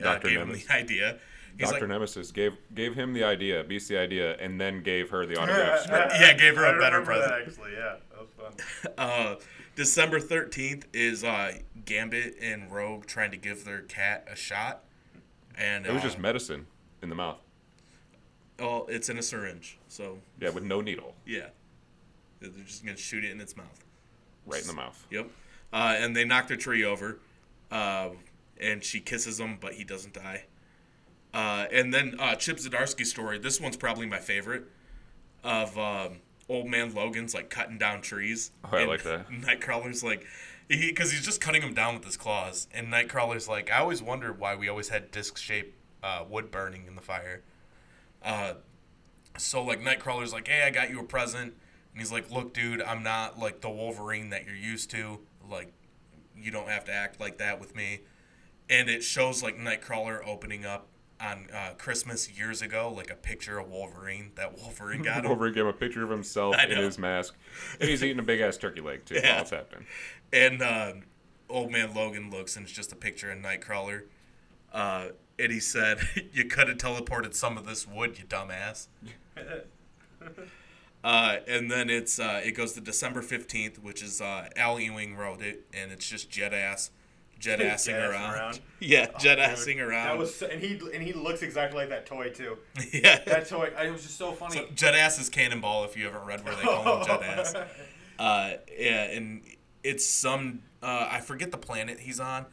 S3: uh,
S2: Dr.
S3: gave him
S2: Nemesis.
S3: the idea. He's
S2: Doctor
S3: like,
S2: Nemesis gave gave him the idea, Beast the idea, and then gave her the autograph script.
S3: Yeah, gave her
S4: I
S3: a better
S4: remember that,
S3: present.
S4: actually, yeah, that was fun.
S3: Uh, December 13th is uh, Gambit and Rogue trying to give their cat a shot. And
S2: It was
S3: uh,
S2: just medicine in the mouth.
S3: oh, it's in a syringe. So,
S2: Yeah, with no needle,
S3: yeah. They're just going to shoot it in its mouth.
S2: right in the mouth.
S3: Yep. Uh, and they knock their tree over. Uh, and she kisses him, but he doesn't die. Uh, and then uh, Chip Zdarsky's story. This one's probably my favorite. Of um, old man Logan's like cutting down trees.
S2: Oh, I
S3: And
S2: like that.
S3: Nightcrawler's like, because he's just cutting them down with his claws. And Nightcrawler's like, I always wondered why we always had disc shaped uh, wood burning in the fire. Uh, so like Nightcrawler's like, hey, I got you a present, and he's like, look, dude, I'm not like the Wolverine that you're used to. Like, you don't have to act like that with me. And it shows like Nightcrawler opening up on uh, Christmas years ago, like a picture of Wolverine that Wolverine got him.
S2: Over gave him a picture of himself
S3: I
S2: in
S3: know.
S2: his mask, and he's eating a big ass turkey leg too.
S3: Yeah.
S2: While it's happening.
S3: And uh, old man Logan looks, and it's just a picture of Nightcrawler. Uh, and he said, "You could have teleported some of this wood, you dumbass." uh, and then it's uh, it goes to December fifteenth, which is uh, Al Ewing wrote it, and it's just jet ass, jet assing
S4: Jet-assing
S3: around.
S4: around. Oh,
S3: Yeah, jet assing around.
S4: That was, so- and he and he looks exactly like that toy too.
S3: yeah.
S4: That toy, I, it was just so funny.
S3: So, Jet ass is cannonball if you haven't read where they call him jet ass. Uh, yeah, and it's some uh, I forget the planet he's on,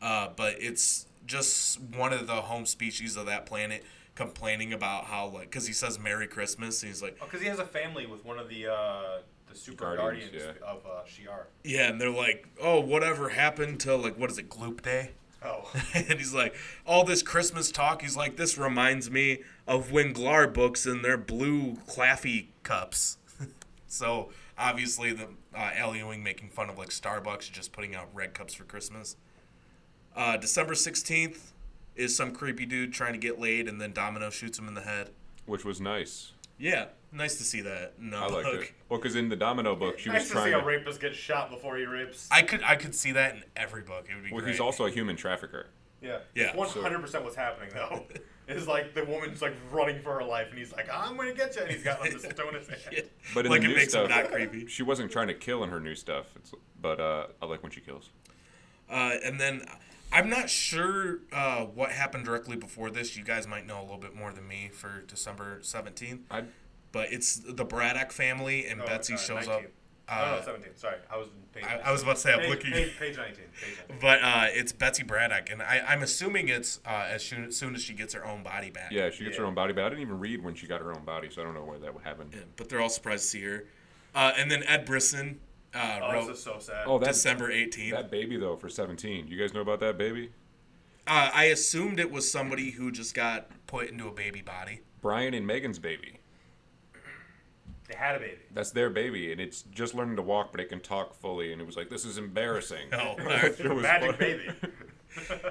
S3: uh, but it's just one of the home species of that planet complaining about how like because he says Merry Christmas and he's like
S4: because Oh, he has a family with one of the uh, the super
S2: Guardians,
S4: guardians, of uh, Shi'ar.
S3: yeah and they're like oh whatever happened to like what is it Gloop Day
S4: Oh,
S3: and he's like all this Christmas talk he's like this reminds me of Winglar books and their blue claffy cups so obviously the uh, Al Ewing making fun of like Starbucks just putting out red cups for Christmas uh, December sixteenth is some creepy dude trying to get laid and then Domino shoots him in the head.
S2: which was nice.
S3: Yeah, nice to see that. No,
S2: I liked it. Well, because in the Domino book, she
S4: nice
S2: was
S4: to see
S2: trying.
S4: a
S2: To,
S4: rapist get shot before he rapes.
S3: I could I could see that in every book. It would be
S2: well,
S3: great.
S2: he's also a human trafficker.
S4: yeah,
S3: Yeah,
S4: one hundred percent what's happening though. Is like the woman's like running for her life, and he's like, "I'm gonna get you," and he's got like, this stone in his hand.
S2: But in
S3: like
S2: the
S3: it
S2: new
S3: makes
S2: stuff,
S3: him not creepy.
S2: she wasn't trying to kill in her new stuff. It's, but uh, I like when she kills.
S3: Uh, and then I'm not sure uh, what happened directly before this. You guys might know a little bit more than me for December seventeenth,
S2: I
S3: but it's the Braddock family and
S4: Oh,
S3: Betsy
S4: uh,
S3: shows
S4: 19.
S3: up.
S4: oh,
S3: Uh,
S4: no, seventeen. Sorry, I was in page.
S3: I, I was about to say I'm
S4: page,
S3: looking.
S4: page, page nineteen. Page 19.
S3: But uh, it's Betsy Braddock, and I, I'm assuming it's uh, as soon, as soon as she gets her own body back.
S2: yeah, she gets her
S4: Yeah.
S2: own body, but I didn't even read when she got her own body, so I don't know where that would happen.
S3: But they're all surprised to see her. Uh, and then Ed Brisson uh,
S4: Oh,
S3: wrote
S4: this is so sad.
S2: Oh, that
S3: December 18th.
S2: that baby though for 17. You guys know about that baby?
S3: Uh, I assumed it was somebody who just got put into a baby body.
S2: Brian and Megan's baby.
S4: they had a baby.
S2: That's their baby, and it's just learning to walk, but it can talk fully. And it was like, this is embarrassing.
S3: Oh, all right.
S2: It was
S4: Magic
S2: fun.
S4: baby.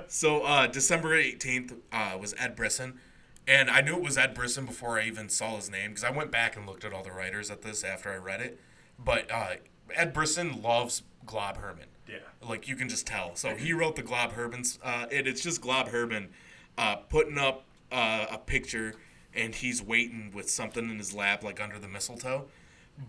S3: so uh, December 18th uh, was Ed Brisson. And I knew it was Ed Brisson before I even saw his name because I went back and looked at all the writers at this after I read it. But uh, Ed Brisson loves Glob Herman.
S4: Yeah.
S3: Like you can just tell. So he wrote the Glob Herman's, uh, and it's just Glob Herman uh, putting up uh, a picture, and he's waiting with something in his lap, like under the mistletoe.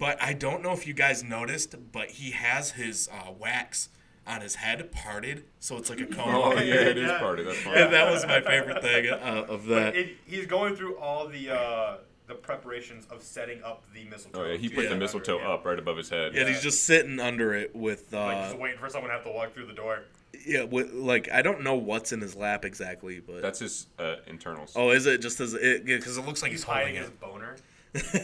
S3: But I don't know if you guys noticed, but he has his uh, wax on his head parted, so it's like a cone.
S2: Oh yeah, it is
S4: Yeah.
S2: part of that. Part.
S3: And that was my favorite thing uh, of that.
S4: It, he's going through all the uh, the preparations of setting up the mistletoe.
S2: Oh yeah, he put
S3: Yeah.
S2: the mistletoe
S4: Yeah.
S2: up right above his head.
S3: And he's just sitting under it with, uh,
S4: Like just waiting for someone to have to walk through the door.
S3: yeah, with like I don't know what's in his lap exactly, but
S2: That's his uh, internals.
S3: oh, is it just as it because it looks like he's,
S4: He's
S3: holding it.
S4: hiding his boner.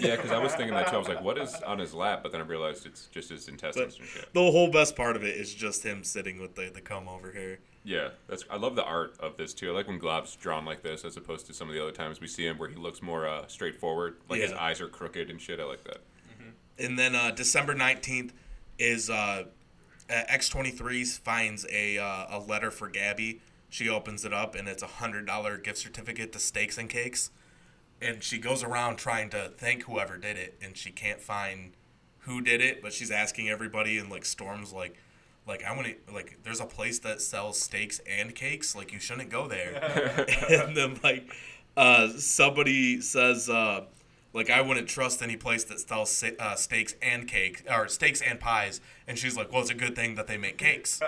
S2: Yeah, because I was thinking that too. I was like, what is on his lap? But then I realized it's just his intestines and shit.
S3: The whole best part of it is just him sitting with the, the comb over here.
S2: Yeah, that's. I love the art of this too. I like when Glob's drawn like this, as opposed to some of the other times we see him where he looks more uh, straightforward. Like his
S3: Yeah.
S2: eyes are crooked and shit. I like that.
S3: And then uh, December 19th is uh, X23 finds a, uh, a letter for Gabby. She opens it up, and it's a $100 gift certificate to Steaks and Cakes. And she goes around trying to thank whoever did it, and she can't find who did it, but she's asking everybody, and like Storm's like, like I want to like. There's a place that sells steaks and cakes. Like you shouldn't go there. and then like, uh, somebody says, uh, like I wouldn't trust any place that sells se- uh, steaks and cakes or steaks and pies. And she's like, well, it's a good thing that they make cakes.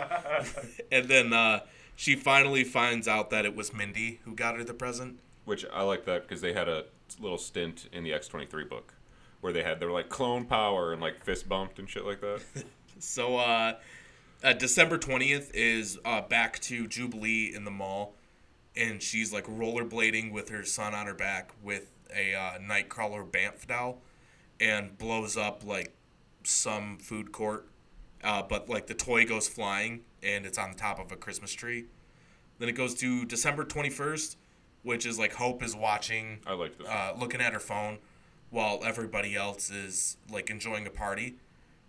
S3: and then uh, she finally finds out that it was Mindy who got her the present.
S2: Which I like that because they had a little stint in the X twenty three book where they had their like clone power and like fist bumped and shit like that.
S3: So uh, uh, December twentieth is uh, back to Jubilee in the mall, and she's like rollerblading with her son on her back with a uh, Nightcrawler Banff doll, and blows up like some food court, uh, but like the toy goes flying and it's on the top of a Christmas tree. Then it goes to December twenty first, which is like Hope is watching
S2: I liked this.
S3: uh, looking at her phone while everybody else is like enjoying a party.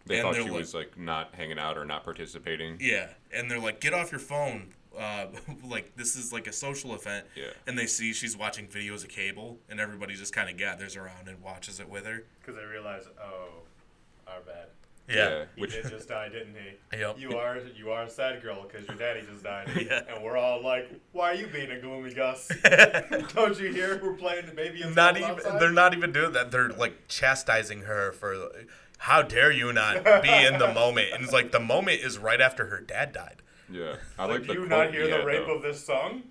S2: they
S3: and
S2: thought
S3: they're
S2: she
S3: like-
S2: was like not hanging out or not participating.
S3: Yeah, and they're like, "Get off your phone!" Uh, like this is like a social event.
S2: Yeah.
S3: And they see she's watching videos of cable, and everybody just kind of gathers around and watches it with her.
S4: Because they realize, oh, our bad. He
S2: which
S4: did just die, didn't he?
S3: Yep.
S4: You are you are a sad girl because your daddy just died, and we're all like, "Why are you being a gloomy Gus? Don't you hear? We're playing the baby and
S3: Not
S4: Skull
S3: even-
S4: outside."
S3: they're
S6: not even doing that. They're like chastising her for, like, how dare you not be in the moment? And it's like the moment is right after her dad died.
S2: yeah, I
S4: Like,
S2: like.
S4: do
S2: the
S4: you
S2: quote
S4: not
S2: he
S4: hear the
S2: had,
S4: rape
S2: though.
S4: of this song?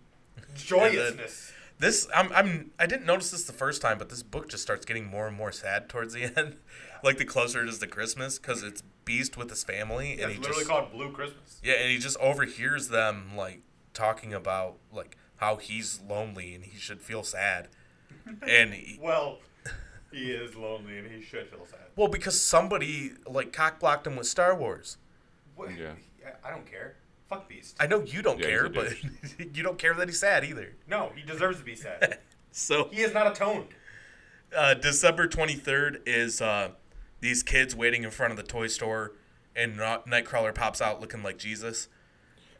S4: Joyousness.
S3: This I'm I'm I didn't notice this the first time, but this book just starts getting more and more sad towards the end, like the closer it is to Christmas, because it's Beast with his family, and
S4: It's
S3: he
S4: literally
S3: just
S4: called Blue Christmas.
S3: yeah, and he just overhears them like talking about like how he's lonely and he should feel sad, and he,
S4: Well, he is lonely and he should feel sad.
S3: well because somebody like cock blocked him with Star Wars.
S4: What?
S2: Yeah.
S4: I don't care. Fuck Beast.
S3: I know you don't
S2: Yeah, he's
S3: care,
S2: a
S3: but
S2: douche.
S3: you don't care that he's sad either.
S4: No, he deserves to be sad.
S3: So
S4: he is not atoned.
S3: uh, December 23rd is uh, these kids waiting in front of the toy store, and Na- Nightcrawler pops out looking like Jesus.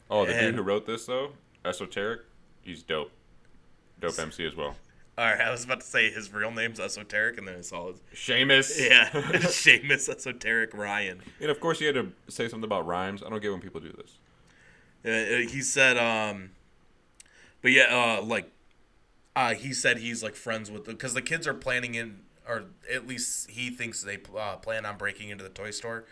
S2: Oh, the dude
S3: And-
S2: who wrote this though, Esoteric, he's dope. Dope MC as well.
S3: All right, I was about to say his real name's Esoteric, and then I saw his.
S2: Seamus.
S3: Yeah, Seamus Esoteric Ryan.
S2: and of course, he had to say something about rhymes. I don't get when people do this.
S3: Uh, Uh, he said, um, but yeah, uh, like, uh, he said he's like friends with because the kids are planning in, or at least he thinks they uh, plan on breaking into the toy store.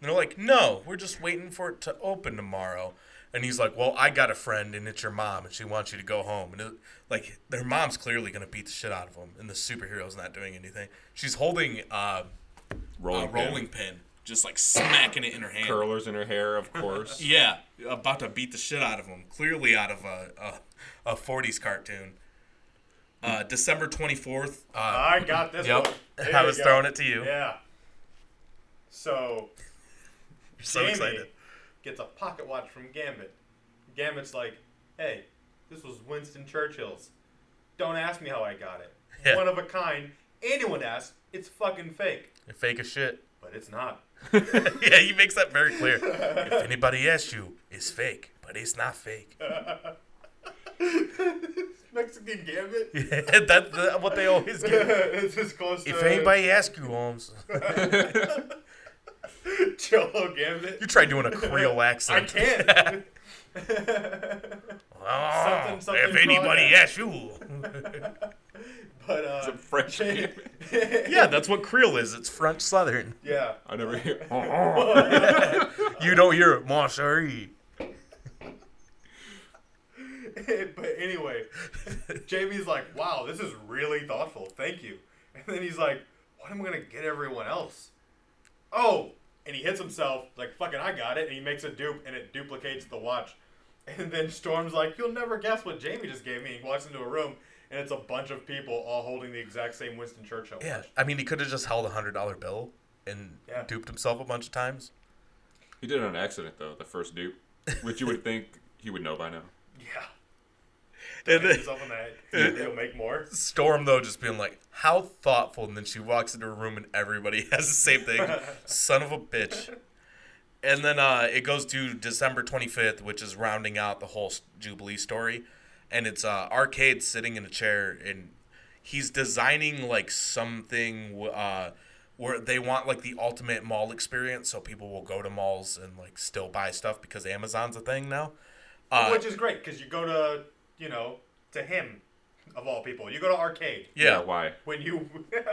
S3: And they're like, no, we're just waiting for it to open tomorrow. And he's like, well, I got a friend, and it's your mom, and she wants you to go home. And it, like, their mom's clearly gonna beat the shit out of him, and the superhero's not doing anything. She's holding uh, a
S2: Rolling, pin.
S3: Uh, rolling pin, just like smacking it in her hand.
S2: curlers in her hair, of course.
S3: Yeah, about to beat the shit out of him. Clearly out of a a, a 40s cartoon. Uh, December 24th. Uh,
S4: I got this
S3: Yep.
S4: one. There
S3: I
S4: you
S3: was
S4: go.
S3: throwing it to you.
S4: Yeah. So,
S3: so
S4: Jamie
S3: excited.
S4: gets a pocket watch from Gambit. Gambit's like, hey, this was Winston Churchill's. Don't ask me how I got it.
S3: Yeah.
S4: One of a kind. Anyone asks, it's fucking fake.
S3: Fake as shit.
S4: But it's not.
S3: yeah, he makes that very clear. if anybody asks you, it's fake, but it's not fake.
S4: Mexican Gambit?
S3: That's the, what they always get.
S4: it's as close
S3: If
S4: to
S3: anybody asks you, Holmes,
S4: Cholo Gambit.
S3: you try doing a Creole
S4: I
S3: accent.
S4: can't.
S3: Ah,
S4: Something- something
S3: if anybody
S4: wrong.
S3: asks you.
S4: but uh,
S2: French
S4: Jamie-
S2: kid.
S3: yeah, that's what Creole is. It's French Southern.
S4: yeah.
S2: I never hear.
S3: You don't hear it, mon chéri.
S4: but anyway, Jamie's like, "Wow, this is really thoughtful. Thank you." And then he's like, "What am I gonna get everyone else?" Oh, and he hits himself like, "Fucking, I got it!" And he makes a dupe, and it duplicates the watch. And then Storm's like, "You'll never guess what Jamie just gave me." He walks into a room, and it's a bunch of people all holding the exact same Winston Churchill.
S3: Yeah,
S4: watch.
S3: I mean, he could have just held a hundred dollar bill and
S4: Yeah.
S3: duped himself a bunch of times.
S2: he did it on accident though. The first dupe, which you would think he would know by now.
S4: yeah.
S3: And
S4: Hit
S3: then
S4: himself in the head. He'll make more.
S3: Storm though, just being like, "How thoughtful!" And then she walks into her room and everybody has the same thing. Son of a bitch. And then uh, it goes to December twenty fifth, which is rounding out the whole s- Jubilee story, and it's uh, Arcade sitting in a chair and he's designing like something w- uh, where they want like the ultimate mall experience, so people will go to malls and like still buy stuff because Amazon's a thing now. Uh,
S4: Which is great because you go to, you know, to him of all people. You go to arcade
S3: yeah,
S2: Why?
S4: when you.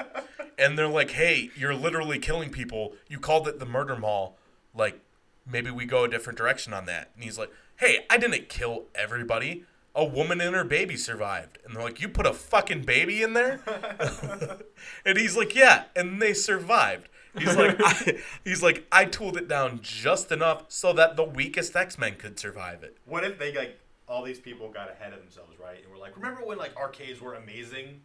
S3: and they're like, "Hey, you're literally killing people. You called it the murder mall. Like, maybe we go a different direction on that." And he's like, "Hey, I didn't kill everybody. A woman and her baby survived." And they're like, "You put a fucking baby in there?" and he's like, "Yeah." And they survived. He's like, I, "He's like, I tooled it down just enough so that the weakest X Men could survive it."
S4: what if they like all these people got ahead of themselves, right? And we're like, remember when like arcades were amazing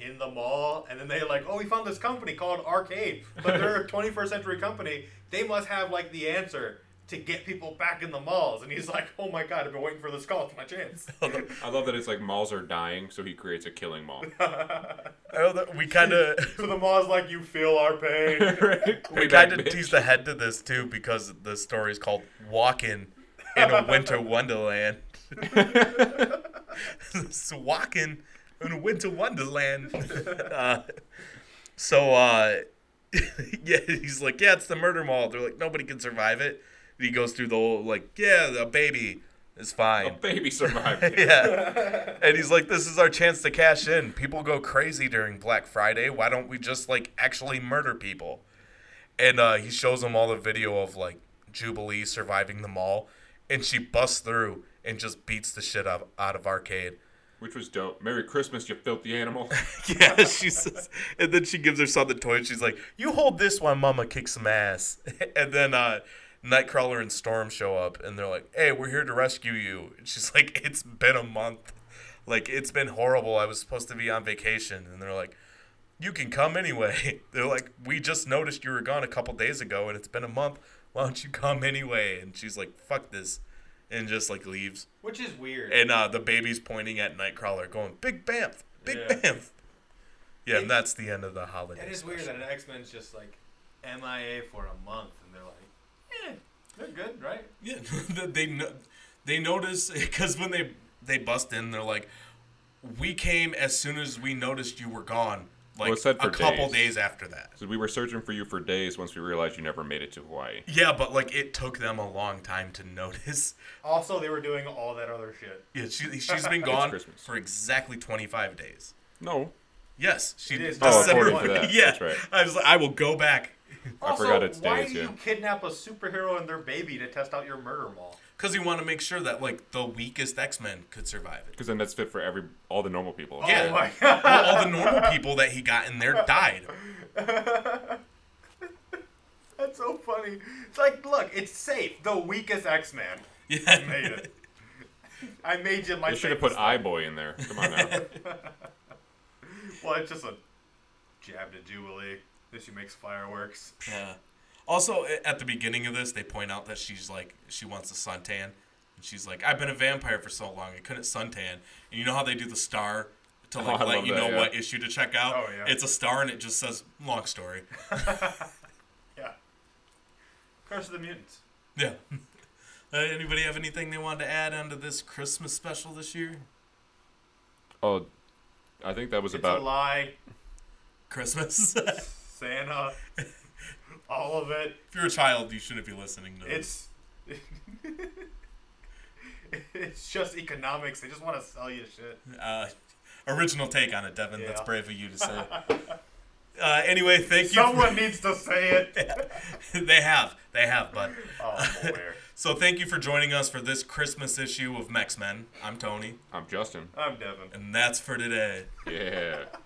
S4: in the mall, and then they like, oh, we found this company called Arcade, but they're a 21st century company. They must have like the answer to get people back in the malls. And he's like, oh my god, I've been waiting for this call. It's my chance.
S2: I love that it's like malls are dying, so he creates a killing mall.
S3: Oh, that- We kind of
S4: so the mall's like, you feel our pain.
S3: We kind of teased ahead to this too because the story is called "Walking in a Winter Wonderland." it's walking in a winter wonderland. Uh, so, uh, yeah, he's like, "Yeah, it's the murder mall." They're like, "Nobody can survive it." And he goes through the whole like, "Yeah, the baby is
S2: A
S3: fine."
S2: baby survived. it.
S3: yeah, and he's like, "This is our chance to cash in. People go crazy during Black Friday. Why don't we just like actually murder people?" and uh, he shows them all the video of like Jubilee surviving the mall, and she busts through and just beats the shit out, out of Arcade.
S2: which was dope. Merry Christmas, you filthy animal.
S3: yeah, she says, and then she gives her son the toy. And she's like, "You hold this while Mama kicks some ass." and then uh, Nightcrawler and Storm show up, and they're like, "Hey, we're here to rescue you." And she's like, "It's been a month. Like, it's been horrible. I was supposed to be on vacation." And they're like, "You can come anyway." they're like, "We just noticed you were gone a couple days ago, and it's been a month. Why don't you come anyway?" And she's like, "Fuck this," and just like leaves.
S4: Which is weird.
S3: And uh, the baby's pointing at Nightcrawler, going, "Big Bamf, Big
S4: Yeah.
S3: Bamf." Yeah, and that's the end of the holiday.
S4: That is weird that an X Men's just like MIA for a month and they're like, eh, they're good, right?
S3: Yeah, they no- they notice because when they they bust in, they're like, "We came as soon as we noticed you were gone." Like
S2: Well, it said
S3: a
S2: for
S3: couple
S2: days.
S3: days. after that.
S2: so we were searching for you for days once we realized you never made it to Hawaii.
S3: Yeah, but like it took them a long time to notice.
S4: Also, they were doing all that other shit.
S3: Yeah, she, she's been gone
S2: Christmas.
S3: for exactly twenty five days.
S2: No.
S3: Yes, she
S4: It is
S2: Oh,
S3: December.
S2: according to that.
S3: Yeah,
S2: That's right.
S3: I was like, I will go back
S2: I
S4: also,
S2: forgot its
S4: why
S2: days,
S4: do
S2: yeah.
S4: you kidnap a superhero and their baby to test out your murder mall?
S3: because you want to make sure that like the weakest X Men could survive it.
S2: Because then that's fit for every all the normal people.
S3: Yeah.
S4: Oh my god.
S3: Well, all the normal people that he got in there died.
S4: That's so funny. It's like, look, it's safe. The weakest X Man made
S3: Yeah,
S4: it. I made you my.
S2: They should have put I Boy in there. Come on now.
S4: safest- Well, it's just a jab to Jubilee. This she makes fireworks.
S3: yeah. Also, a- at the beginning of this, they point out that she's like she wants a suntan, and she's like, "I've been a vampire for so long, I couldn't suntan." And you know how they do the star to like
S2: I
S3: let
S2: love
S3: you
S2: that,
S3: know
S2: yeah.
S3: what issue to check out.
S4: Oh, yeah.
S3: It's a star, and it just says "long story."
S4: Yeah. Curse of the Mutants.
S3: Yeah. Uh, anybody have anything they wanted to add onto this Christmas special this year?
S2: Oh, I think that was
S4: It's
S2: about.
S4: a lie.
S3: Christmas. if
S4: Santa. all of it.
S3: you're a child, you shouldn't be listening to this.
S4: It's. it's just economics. They just want to sell you shit.
S3: Uh, original take on it, Devin. That's
S4: Yeah.
S3: brave of you to say. uh, anyway, thank you. for-
S4: Someone needs to say it.
S3: they have. They have, bud.
S4: Oh, boy.
S3: So thank you for joining us for this Christmas issue of Mex Men. I'm Tony,
S2: I'm Justin.
S4: I'm Devin.
S3: and that's for today.
S2: Yeah.